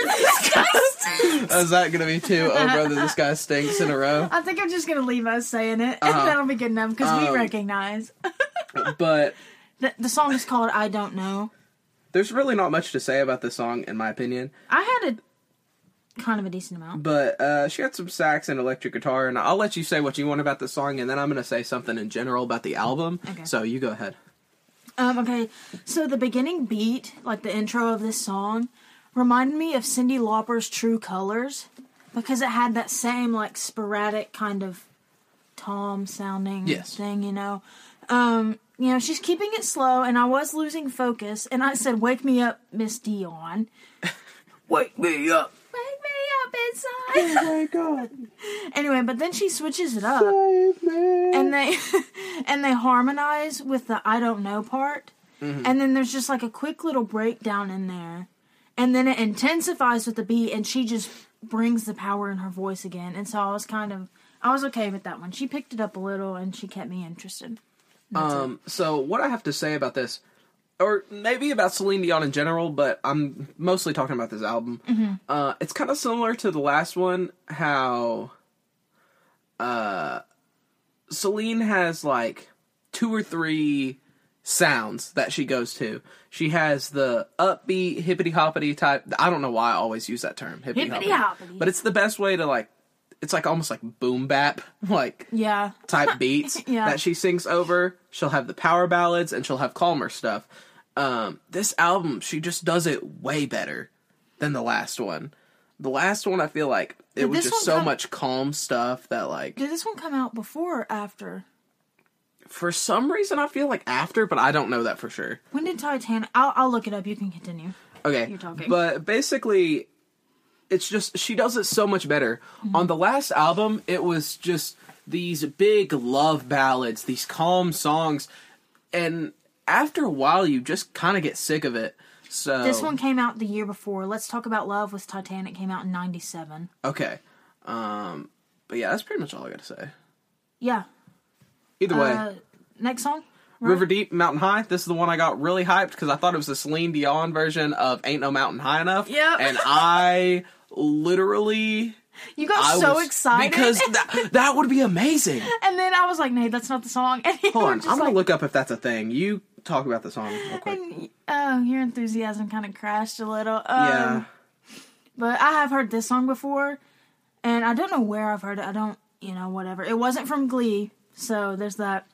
[SPEAKER 1] <laughs>
[SPEAKER 2] brother! This guy stinks.
[SPEAKER 1] Is that going to be two oh brother this guy stinks in a row?
[SPEAKER 2] <laughs> I think I'm just gonna leave us saying it, and that'll be good enough because
[SPEAKER 1] Uh-huh. Um,
[SPEAKER 2] we recognize. <laughs>
[SPEAKER 1] But
[SPEAKER 2] the, the song is called "I Don't Know."
[SPEAKER 1] there's really not much to say about this song in my opinion.
[SPEAKER 2] I had a kind of a decent amount.
[SPEAKER 1] But uh, she had some sax and electric guitar, and I'll let you say what you want about the song, and then I'm going to say something in general about the album.
[SPEAKER 2] Okay.
[SPEAKER 1] So you go ahead.
[SPEAKER 2] Um, okay, so the beginning beat, like the intro of this song, reminded me of Cindy Lauper's True Colors because it had that same, like, sporadic kind of tom sounding
[SPEAKER 1] Yes.
[SPEAKER 2] thing, you know. Um, you know, she's keeping it slow, and I was losing focus, and I said, Wake me up, Miss Dion.
[SPEAKER 1] Wake me up.
[SPEAKER 2] Wake me up inside.
[SPEAKER 1] My God,
[SPEAKER 2] <laughs> anyway, but then she switches it up.
[SPEAKER 1] save me.
[SPEAKER 2] and they and they <laughs> harmonize with the I don't know part. And then there's just like a quick little breakdown in there. And then it intensifies with the beat and she just brings the power in her voice again. And so I was kind of I was okay with that one. She picked it up a little and she kept me interested.
[SPEAKER 1] um, so what I have to say about this, or maybe about Celine Dion in general, but I'm mostly talking about this album.
[SPEAKER 2] Mm-hmm.
[SPEAKER 1] Uh, it's kind of similar to the last one, how uh, Celine has like two or three sounds that she goes to. She has the upbeat, hippity hoppity type. I don't know why I always use that term, hippity hoppity,
[SPEAKER 2] Hippity-hoppity.
[SPEAKER 1] but it's the best way to like. It's like almost like boom bap, <laughs> like
[SPEAKER 2] Yeah. <laughs>
[SPEAKER 1] type beats
[SPEAKER 2] Yeah.
[SPEAKER 1] that she sings over. She'll have the power ballads and she'll have calmer stuff. Um, this album, she just does it way better than the last one. The last one, I feel like it
[SPEAKER 2] Did
[SPEAKER 1] was
[SPEAKER 2] this
[SPEAKER 1] just
[SPEAKER 2] one
[SPEAKER 1] so
[SPEAKER 2] come-
[SPEAKER 1] much calm stuff that, like,
[SPEAKER 2] Did this one come out before or after?
[SPEAKER 1] for some reason, I feel like after, but I don't know that for sure.
[SPEAKER 2] When did Titanic? I'll, I'll look it up. You can continue.
[SPEAKER 1] Okay.
[SPEAKER 2] You're talking.
[SPEAKER 1] But basically, it's just she does it so much better.
[SPEAKER 2] Mm-hmm.
[SPEAKER 1] On the last album, it was just these big love ballads, these calm songs, and after a while, you just kind of get sick of it. So
[SPEAKER 2] This one came out the year before. Let's talk about love. Was Titanic came out in '97?
[SPEAKER 1] okay. Um, but yeah, that's pretty much all I got to say.
[SPEAKER 2] Yeah.
[SPEAKER 1] Either way,
[SPEAKER 2] Uh, next song. Right?
[SPEAKER 1] River Deep, Mountain High. This is the one I got really hyped because I thought it was the Celine Dion version of "Ain't No Mountain High Enough."
[SPEAKER 2] Yep.
[SPEAKER 1] and I literally
[SPEAKER 2] You got
[SPEAKER 1] I
[SPEAKER 2] so
[SPEAKER 1] was-
[SPEAKER 2] excited <laughs>
[SPEAKER 1] because that that would be amazing.
[SPEAKER 2] and then I was like, "No, that's not the song." <laughs> And you
[SPEAKER 1] Hold
[SPEAKER 2] were
[SPEAKER 1] on, I'm
[SPEAKER 2] just
[SPEAKER 1] gonna
[SPEAKER 2] like,
[SPEAKER 1] look up if that's a thing. You talk about the song real quick.
[SPEAKER 2] and, "Oh, your enthusiasm kind of crashed a little." Um,
[SPEAKER 1] yeah,
[SPEAKER 2] But I have heard this song before, and I don't know where I've heard it. I don't, you know, whatever. It wasn't from Glee, so there's that.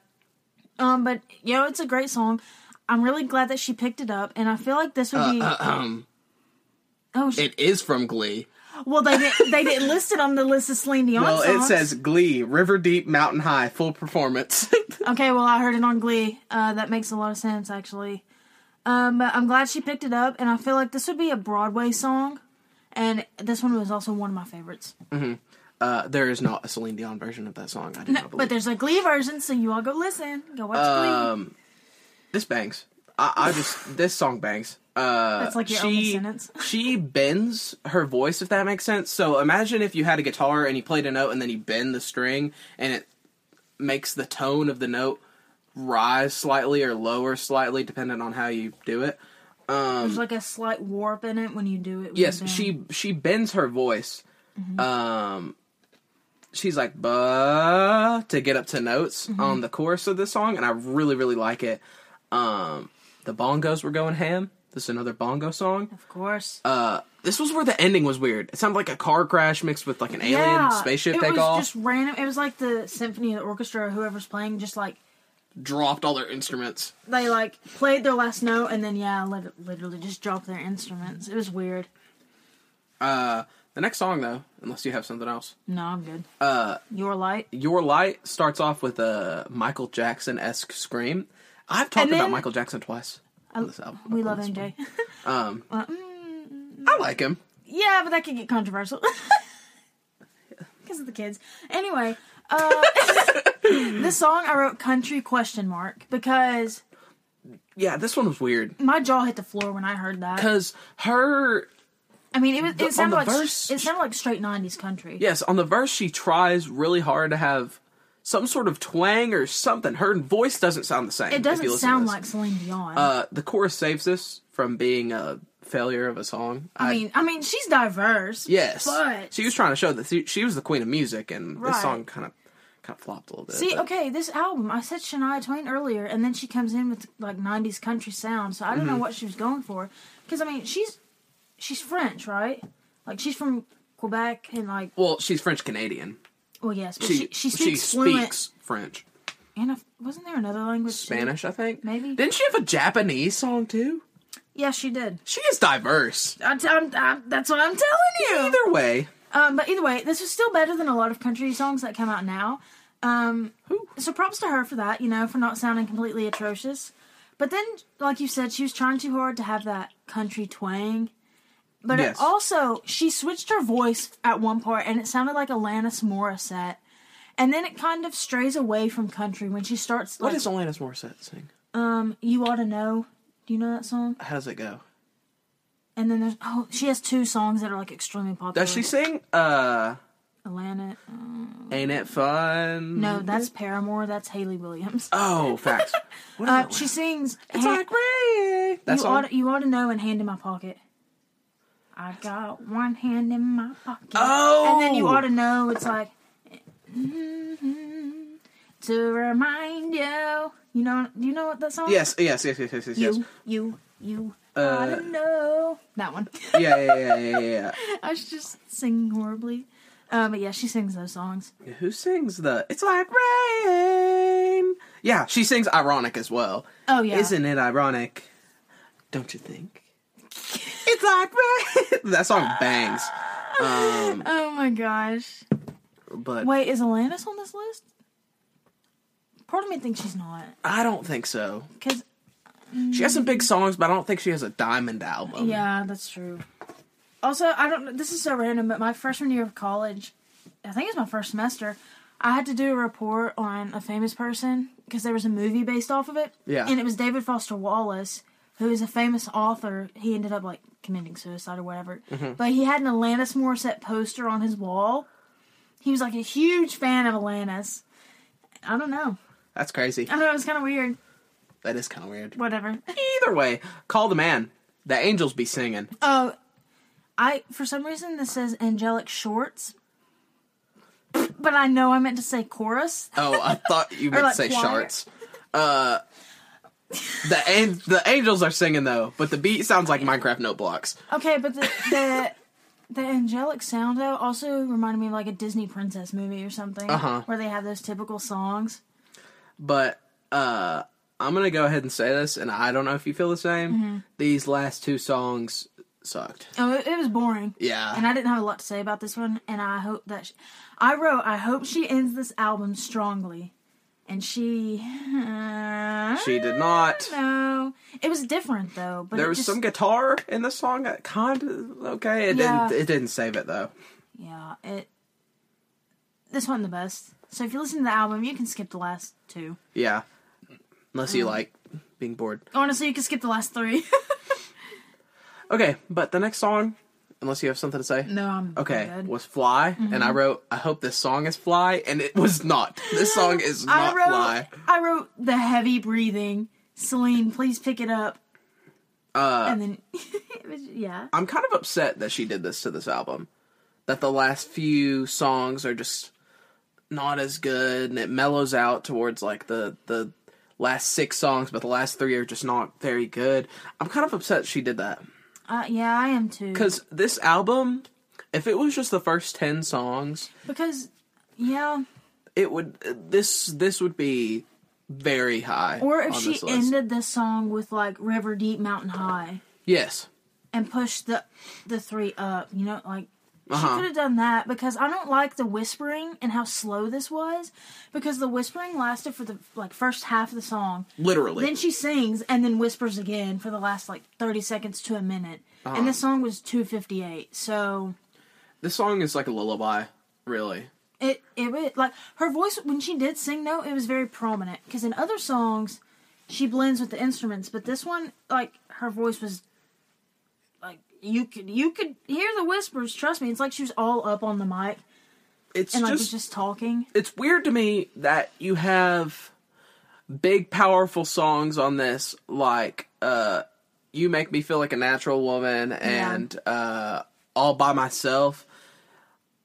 [SPEAKER 2] Um, but you know, it's a great song. I'm really glad that she picked it up, and I feel like this would
[SPEAKER 1] Uh,
[SPEAKER 2] be.
[SPEAKER 1] um.
[SPEAKER 2] oh, sh-
[SPEAKER 1] it is from Glee.
[SPEAKER 2] well, they didn't. They didn't list it on the list
[SPEAKER 1] <laughs>
[SPEAKER 2] of Celine Dion
[SPEAKER 1] Well, it
[SPEAKER 2] songs.
[SPEAKER 1] says Glee, River Deep, Mountain High, full performance.
[SPEAKER 2] Okay, well, I heard it on Glee. Uh, that makes a lot of sense, actually. Um, but I'm glad she picked it up, and I feel like this would be a Broadway song, and this one was also one of my favorites.
[SPEAKER 1] uh, there is not a Celine Dion version of that song. I do not
[SPEAKER 2] But
[SPEAKER 1] believe.
[SPEAKER 2] there's a Glee version, so you all go listen, go watch Glee.
[SPEAKER 1] um, this bangs. I, I just this song bangs. Uh,
[SPEAKER 2] That's like your
[SPEAKER 1] she,
[SPEAKER 2] only sentence. <laughs>
[SPEAKER 1] she bends her voice, if that makes sense. So imagine if you had a guitar and you played a note and then you bend the string and it makes the tone of the note rise slightly or lower slightly, depending on how you do it.
[SPEAKER 2] There's like a slight warp in it when you do it. when
[SPEAKER 1] Yes,
[SPEAKER 2] you bend.
[SPEAKER 1] she she bends her voice.
[SPEAKER 2] Mm-hmm.
[SPEAKER 1] Um, she's like "buh" to get up to notes
[SPEAKER 2] Mm-hmm.
[SPEAKER 1] on the chorus of this song, and I really really like it. Um, the bongos were going ham. This is another bongo song.
[SPEAKER 2] Of course.
[SPEAKER 1] Uh, this was where the ending was weird. It sounded like a car crash mixed with like an alien spaceship
[SPEAKER 2] it
[SPEAKER 1] takeoff.
[SPEAKER 2] was just random. It was like the symphony, the orchestra, or whoever's playing, just like
[SPEAKER 1] Dropped all their instruments.
[SPEAKER 2] they like played their last note and then yeah, lit- literally just dropped their instruments. It was weird.
[SPEAKER 1] Uh, the next song though, unless you have something else.
[SPEAKER 2] No, I'm good.
[SPEAKER 1] Uh,
[SPEAKER 2] Your light.
[SPEAKER 1] Your Light starts off with a Michael Jackson esque scream. I've talked
[SPEAKER 2] And then-
[SPEAKER 1] about Michael Jackson twice. on this album.
[SPEAKER 2] We
[SPEAKER 1] on
[SPEAKER 2] love
[SPEAKER 1] this one.
[SPEAKER 2] MJ.
[SPEAKER 1] Um,
[SPEAKER 2] Uh, mm,
[SPEAKER 1] I like him.
[SPEAKER 2] yeah, but that could get controversial <laughs> because of the kids. Anyway, uh, <laughs> this song I wrote "Country Question Mark" because
[SPEAKER 1] Yeah, this one was weird
[SPEAKER 2] my jaw hit the floor when I heard that.
[SPEAKER 1] because her
[SPEAKER 2] I mean, it was.
[SPEAKER 1] The- on
[SPEAKER 2] It sounded
[SPEAKER 1] the
[SPEAKER 2] like
[SPEAKER 1] verse-
[SPEAKER 2] it sounded like straight '90s country.
[SPEAKER 1] yes on the verse she tries really hard to have some sort of twang or something. Her voice doesn't sound the same.
[SPEAKER 2] it
[SPEAKER 1] if you
[SPEAKER 2] doesn't
[SPEAKER 1] listen to
[SPEAKER 2] sound
[SPEAKER 1] this.
[SPEAKER 2] like Celine Dion.
[SPEAKER 1] Uh, the chorus saves this from being a failure of a song.
[SPEAKER 2] I mean, I mean, she's diverse.
[SPEAKER 1] yes,
[SPEAKER 2] but
[SPEAKER 1] she was trying to show that she, she was the queen of music, and
[SPEAKER 2] Right.
[SPEAKER 1] this song kind of kind of flopped a little bit.
[SPEAKER 2] see,
[SPEAKER 1] but-
[SPEAKER 2] okay, this album. I said Shania Twain earlier, and then she comes in with like '90s country sound. So I
[SPEAKER 1] Mm-hmm.
[SPEAKER 2] don't know what she was going for. Because I mean, she's she's French, right? Like she's from Quebec, and like,
[SPEAKER 1] Well, she's French Canadian.
[SPEAKER 2] well, yes, but she
[SPEAKER 1] She
[SPEAKER 2] she, speaks fluent.
[SPEAKER 1] speaks French,
[SPEAKER 2] And if, wasn't there another language? too?
[SPEAKER 1] Spanish, I think.
[SPEAKER 2] Maybe.
[SPEAKER 1] Didn't she have a Japanese song too?
[SPEAKER 2] Yeah, she did.
[SPEAKER 1] She is diverse.
[SPEAKER 2] I, I'm, i that's what I'm telling you.
[SPEAKER 1] Either way,
[SPEAKER 2] Um, but either way, this was still better than a lot of country songs that come out now. Um, so props to her for that, you know, for not sounding completely atrocious. But then, like you said, she was trying too hard to have that country twang. But
[SPEAKER 1] Yes.
[SPEAKER 2] it also, she switched her voice at one part, and it sounded like Alanis Morissette. And then it kind of strays away from country when she starts like,
[SPEAKER 1] what does Alanis Morissette sing?
[SPEAKER 2] um, "You Ought to Know." Do you know that song?
[SPEAKER 1] How does it go?
[SPEAKER 2] And then there's oh, she has two songs that are like extremely popular.
[SPEAKER 1] Does she sing? Uh,
[SPEAKER 2] Alanis? uh,
[SPEAKER 1] ain't it fun?
[SPEAKER 2] no, that's
[SPEAKER 1] Mm-hmm.
[SPEAKER 2] Paramore. That's Haley Williams.
[SPEAKER 1] Oh, facts. What is
[SPEAKER 2] Uh,
[SPEAKER 1] that
[SPEAKER 2] she sings.
[SPEAKER 1] <laughs> It's <laughs>
[SPEAKER 2] Han-
[SPEAKER 1] like rain. That
[SPEAKER 2] you
[SPEAKER 1] song?
[SPEAKER 2] ought you ought to know and hand in my pocket. I got one hand in my pocket.
[SPEAKER 1] Oh!
[SPEAKER 2] and then you ought to know it's like mm-hmm, to remind you. You know, do you know what that song?
[SPEAKER 1] Yes, yes, yes, yes, yes, yes. yes.
[SPEAKER 2] you, you, you.
[SPEAKER 1] Uh,
[SPEAKER 2] ought to know that one.
[SPEAKER 1] Yeah, yeah, yeah, yeah, yeah,
[SPEAKER 2] <laughs> I should just sing horribly. Um, but yeah, she sings those songs.
[SPEAKER 1] yeah. Who sings the It's Like Rain? Yeah, she sings ironic as well.
[SPEAKER 2] Oh yeah,
[SPEAKER 1] Isn't it ironic? Don't you think? it's like rain. <laughs> that song bangs. Um,
[SPEAKER 2] <laughs> Oh my gosh.
[SPEAKER 1] but
[SPEAKER 2] Wait, is Alanis on this list? Part of me thinks she's not.
[SPEAKER 1] I don't think so.
[SPEAKER 2] Because,
[SPEAKER 1] She has some big songs, but I don't think she has a diamond album.
[SPEAKER 2] yeah, that's true. Also, I don't know, this is so random, but my freshman year of college, I think it's my first semester, I had to do a report on a famous person because there was a movie based off of it.
[SPEAKER 1] Yeah.
[SPEAKER 2] And it was David Foster Wallace, who is a famous author. He ended up, like, committing suicide or whatever. But he had an Alanis Morissette poster on his wall. He was, like, a huge fan of Alanis. I don't know.
[SPEAKER 1] That's crazy.
[SPEAKER 2] I know it was kind of weird.
[SPEAKER 1] That is kind of weird.
[SPEAKER 2] Whatever.
[SPEAKER 1] Either way, call the man. The angels be singing.
[SPEAKER 2] Oh, I for some reason this says angelic shorts, but I know I meant to say chorus.
[SPEAKER 1] Oh, I thought
[SPEAKER 2] <laughs>
[SPEAKER 1] you meant to
[SPEAKER 2] like
[SPEAKER 1] say
[SPEAKER 2] choir.
[SPEAKER 1] sharts. Uh, the an- the angels are singing though, but the beat sounds like Minecraft note blocks.
[SPEAKER 2] Okay, but the the, the angelic sound though also reminded me of like a Disney princess movie or something
[SPEAKER 1] Uh-huh.
[SPEAKER 2] where they have those typical songs.
[SPEAKER 1] But uh, I'm gonna go ahead and say this, and I don't know if you feel the same.
[SPEAKER 2] Mm-hmm.
[SPEAKER 1] These last two songs sucked.
[SPEAKER 2] Oh, it, it was boring.
[SPEAKER 1] Yeah.
[SPEAKER 2] And I didn't have a lot to say about this one, and I hope that she, I wrote. I hope she ends this album strongly, and she <laughs>
[SPEAKER 1] She did not.
[SPEAKER 2] No, it was different though. But
[SPEAKER 1] There
[SPEAKER 2] it
[SPEAKER 1] was
[SPEAKER 2] Ah, just,
[SPEAKER 1] some guitar in the song that kind of okay. It
[SPEAKER 2] Yeah.
[SPEAKER 1] didn't. It didn't save it though.
[SPEAKER 2] Yeah, it. This wasn't the best. So if you listen to the album, you can skip the last two.
[SPEAKER 1] Yeah, unless
[SPEAKER 2] Um.
[SPEAKER 1] you like being bored.
[SPEAKER 2] Honestly, you can skip the last three. <laughs>
[SPEAKER 1] Okay, but the next song, unless you have something to say.
[SPEAKER 2] no, Mm-hmm. I'm
[SPEAKER 1] Okay,
[SPEAKER 2] good.
[SPEAKER 1] was Fly, and I wrote, I hope this song is Fly, and it was not.
[SPEAKER 2] <laughs>
[SPEAKER 1] This song is
[SPEAKER 2] I
[SPEAKER 1] not
[SPEAKER 2] wrote.
[SPEAKER 1] Fly.
[SPEAKER 2] I wrote the heavy breathing. Celine, please pick it up.
[SPEAKER 1] Uh,
[SPEAKER 2] And then, <laughs> it was, yeah.
[SPEAKER 1] I'm kind of upset that she did this to this album. That the last few songs are just not as good, and it mellows out towards like the the last six songs, but the last three are just not very good. I'm kind of upset she did that
[SPEAKER 2] Uh, yeah, I am too.
[SPEAKER 1] because this album, if it was just the first ten songs,
[SPEAKER 2] because, yeah.
[SPEAKER 1] it would this this would be very high.
[SPEAKER 2] Or if
[SPEAKER 1] on
[SPEAKER 2] she
[SPEAKER 1] this list.
[SPEAKER 2] ended this song with like River Deep, Mountain High,
[SPEAKER 1] yes,
[SPEAKER 2] and pushed the the three up, you know, like She
[SPEAKER 1] Uh-huh.
[SPEAKER 2] could have done that because I don't like the whispering and how slow this was because the whispering lasted for the like first half of the song.
[SPEAKER 1] literally.
[SPEAKER 2] Then she sings and then whispers again for the last like 30 seconds to a minute. And this song was 258. So
[SPEAKER 1] This song is like a lullaby, really.
[SPEAKER 2] it it was like her voice when she did sing though, it was very prominent because in other songs she blends with the instruments, but this one like her voice was like you could you could hear the whispers, trust me. It's like she was all up on the mic
[SPEAKER 1] It's
[SPEAKER 2] and like was
[SPEAKER 1] just
[SPEAKER 2] just talking.
[SPEAKER 1] it's weird to me that you have big powerful songs on this like uh you make me feel like a natural woman and uh all by myself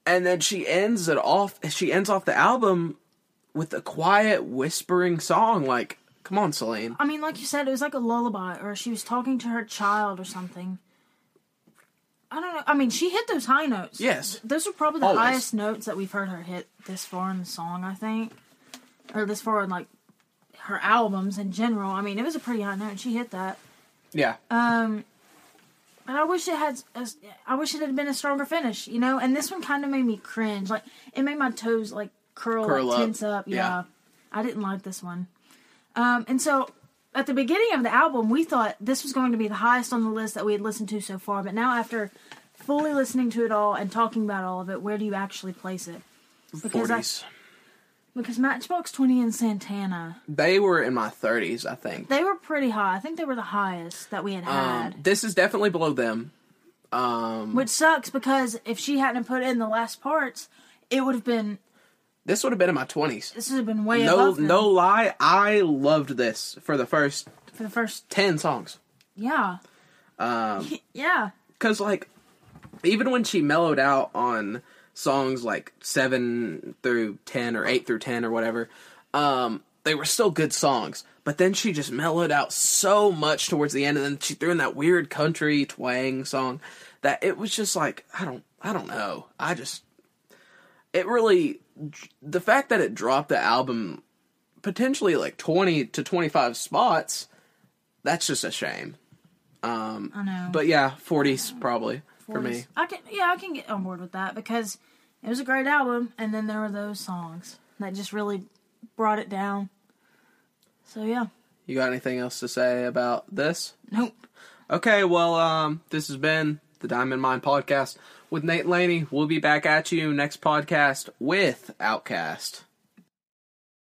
[SPEAKER 1] and then she ends it off she ends off the album with a quiet whispering song like come on Celine
[SPEAKER 2] I mean, like you said, it was like a lullaby, or she was talking to her child or something. I don't know. I mean, she hit those high notes.
[SPEAKER 1] yes
[SPEAKER 2] Those are probably the
[SPEAKER 1] Always.
[SPEAKER 2] highest notes that we've heard her hit this far in the song, I think. Or this far in, like, her albums in general. I mean, it was a pretty high note, and she hit that.
[SPEAKER 1] yeah
[SPEAKER 2] Um, but I wish it had, a, I wish it had been a stronger finish, you know? And this one kind of made me cringe. Like, it made my toes, like, curl,
[SPEAKER 1] Curl
[SPEAKER 2] like,
[SPEAKER 1] up.
[SPEAKER 2] tense up. Yeah.
[SPEAKER 1] Yeah.
[SPEAKER 2] I didn't like this one. Um, and so at the beginning of the album, we thought this was going to be the highest on the list that we had listened to so far. But now, after fully listening to it all and talking about all of it, where do you actually place it? Because I-
[SPEAKER 1] 40s
[SPEAKER 2] Because Matchbox 20 and Santana,
[SPEAKER 1] they were in my 30s I think
[SPEAKER 2] they were pretty high. I think they were the highest that we had had.
[SPEAKER 1] Um, this is definitely below them. Um,
[SPEAKER 2] Which sucks because if she hadn't put in the last parts, it would have been
[SPEAKER 1] this would have been in my twenties.
[SPEAKER 2] this would have been way
[SPEAKER 1] No,
[SPEAKER 2] above them
[SPEAKER 1] no lie, I loved this for the first
[SPEAKER 2] for the first
[SPEAKER 1] ten songs.
[SPEAKER 2] Yeah.
[SPEAKER 1] Um,
[SPEAKER 2] Yeah.
[SPEAKER 1] cause like, even when she mellowed out on songs like seven through ten or eight through ten or whatever, um, they were still good songs. But then she just mellowed out so much towards the end, and then she threw in that weird country twang song that it was just like I don't, I don't know. I just it really the fact that it dropped the album potentially like 20 to 25 spots that's just a shame
[SPEAKER 2] I know.
[SPEAKER 1] but yeah 40s probably for me
[SPEAKER 2] I can yeah, I can get on board with that because it was a great album and then there were those songs that just really brought it down. So yeah.
[SPEAKER 1] you got anything else to say about this
[SPEAKER 2] Nope.
[SPEAKER 1] okay well um this has been the diamond mine podcast with nate laney we'll be back at you next podcast with outcast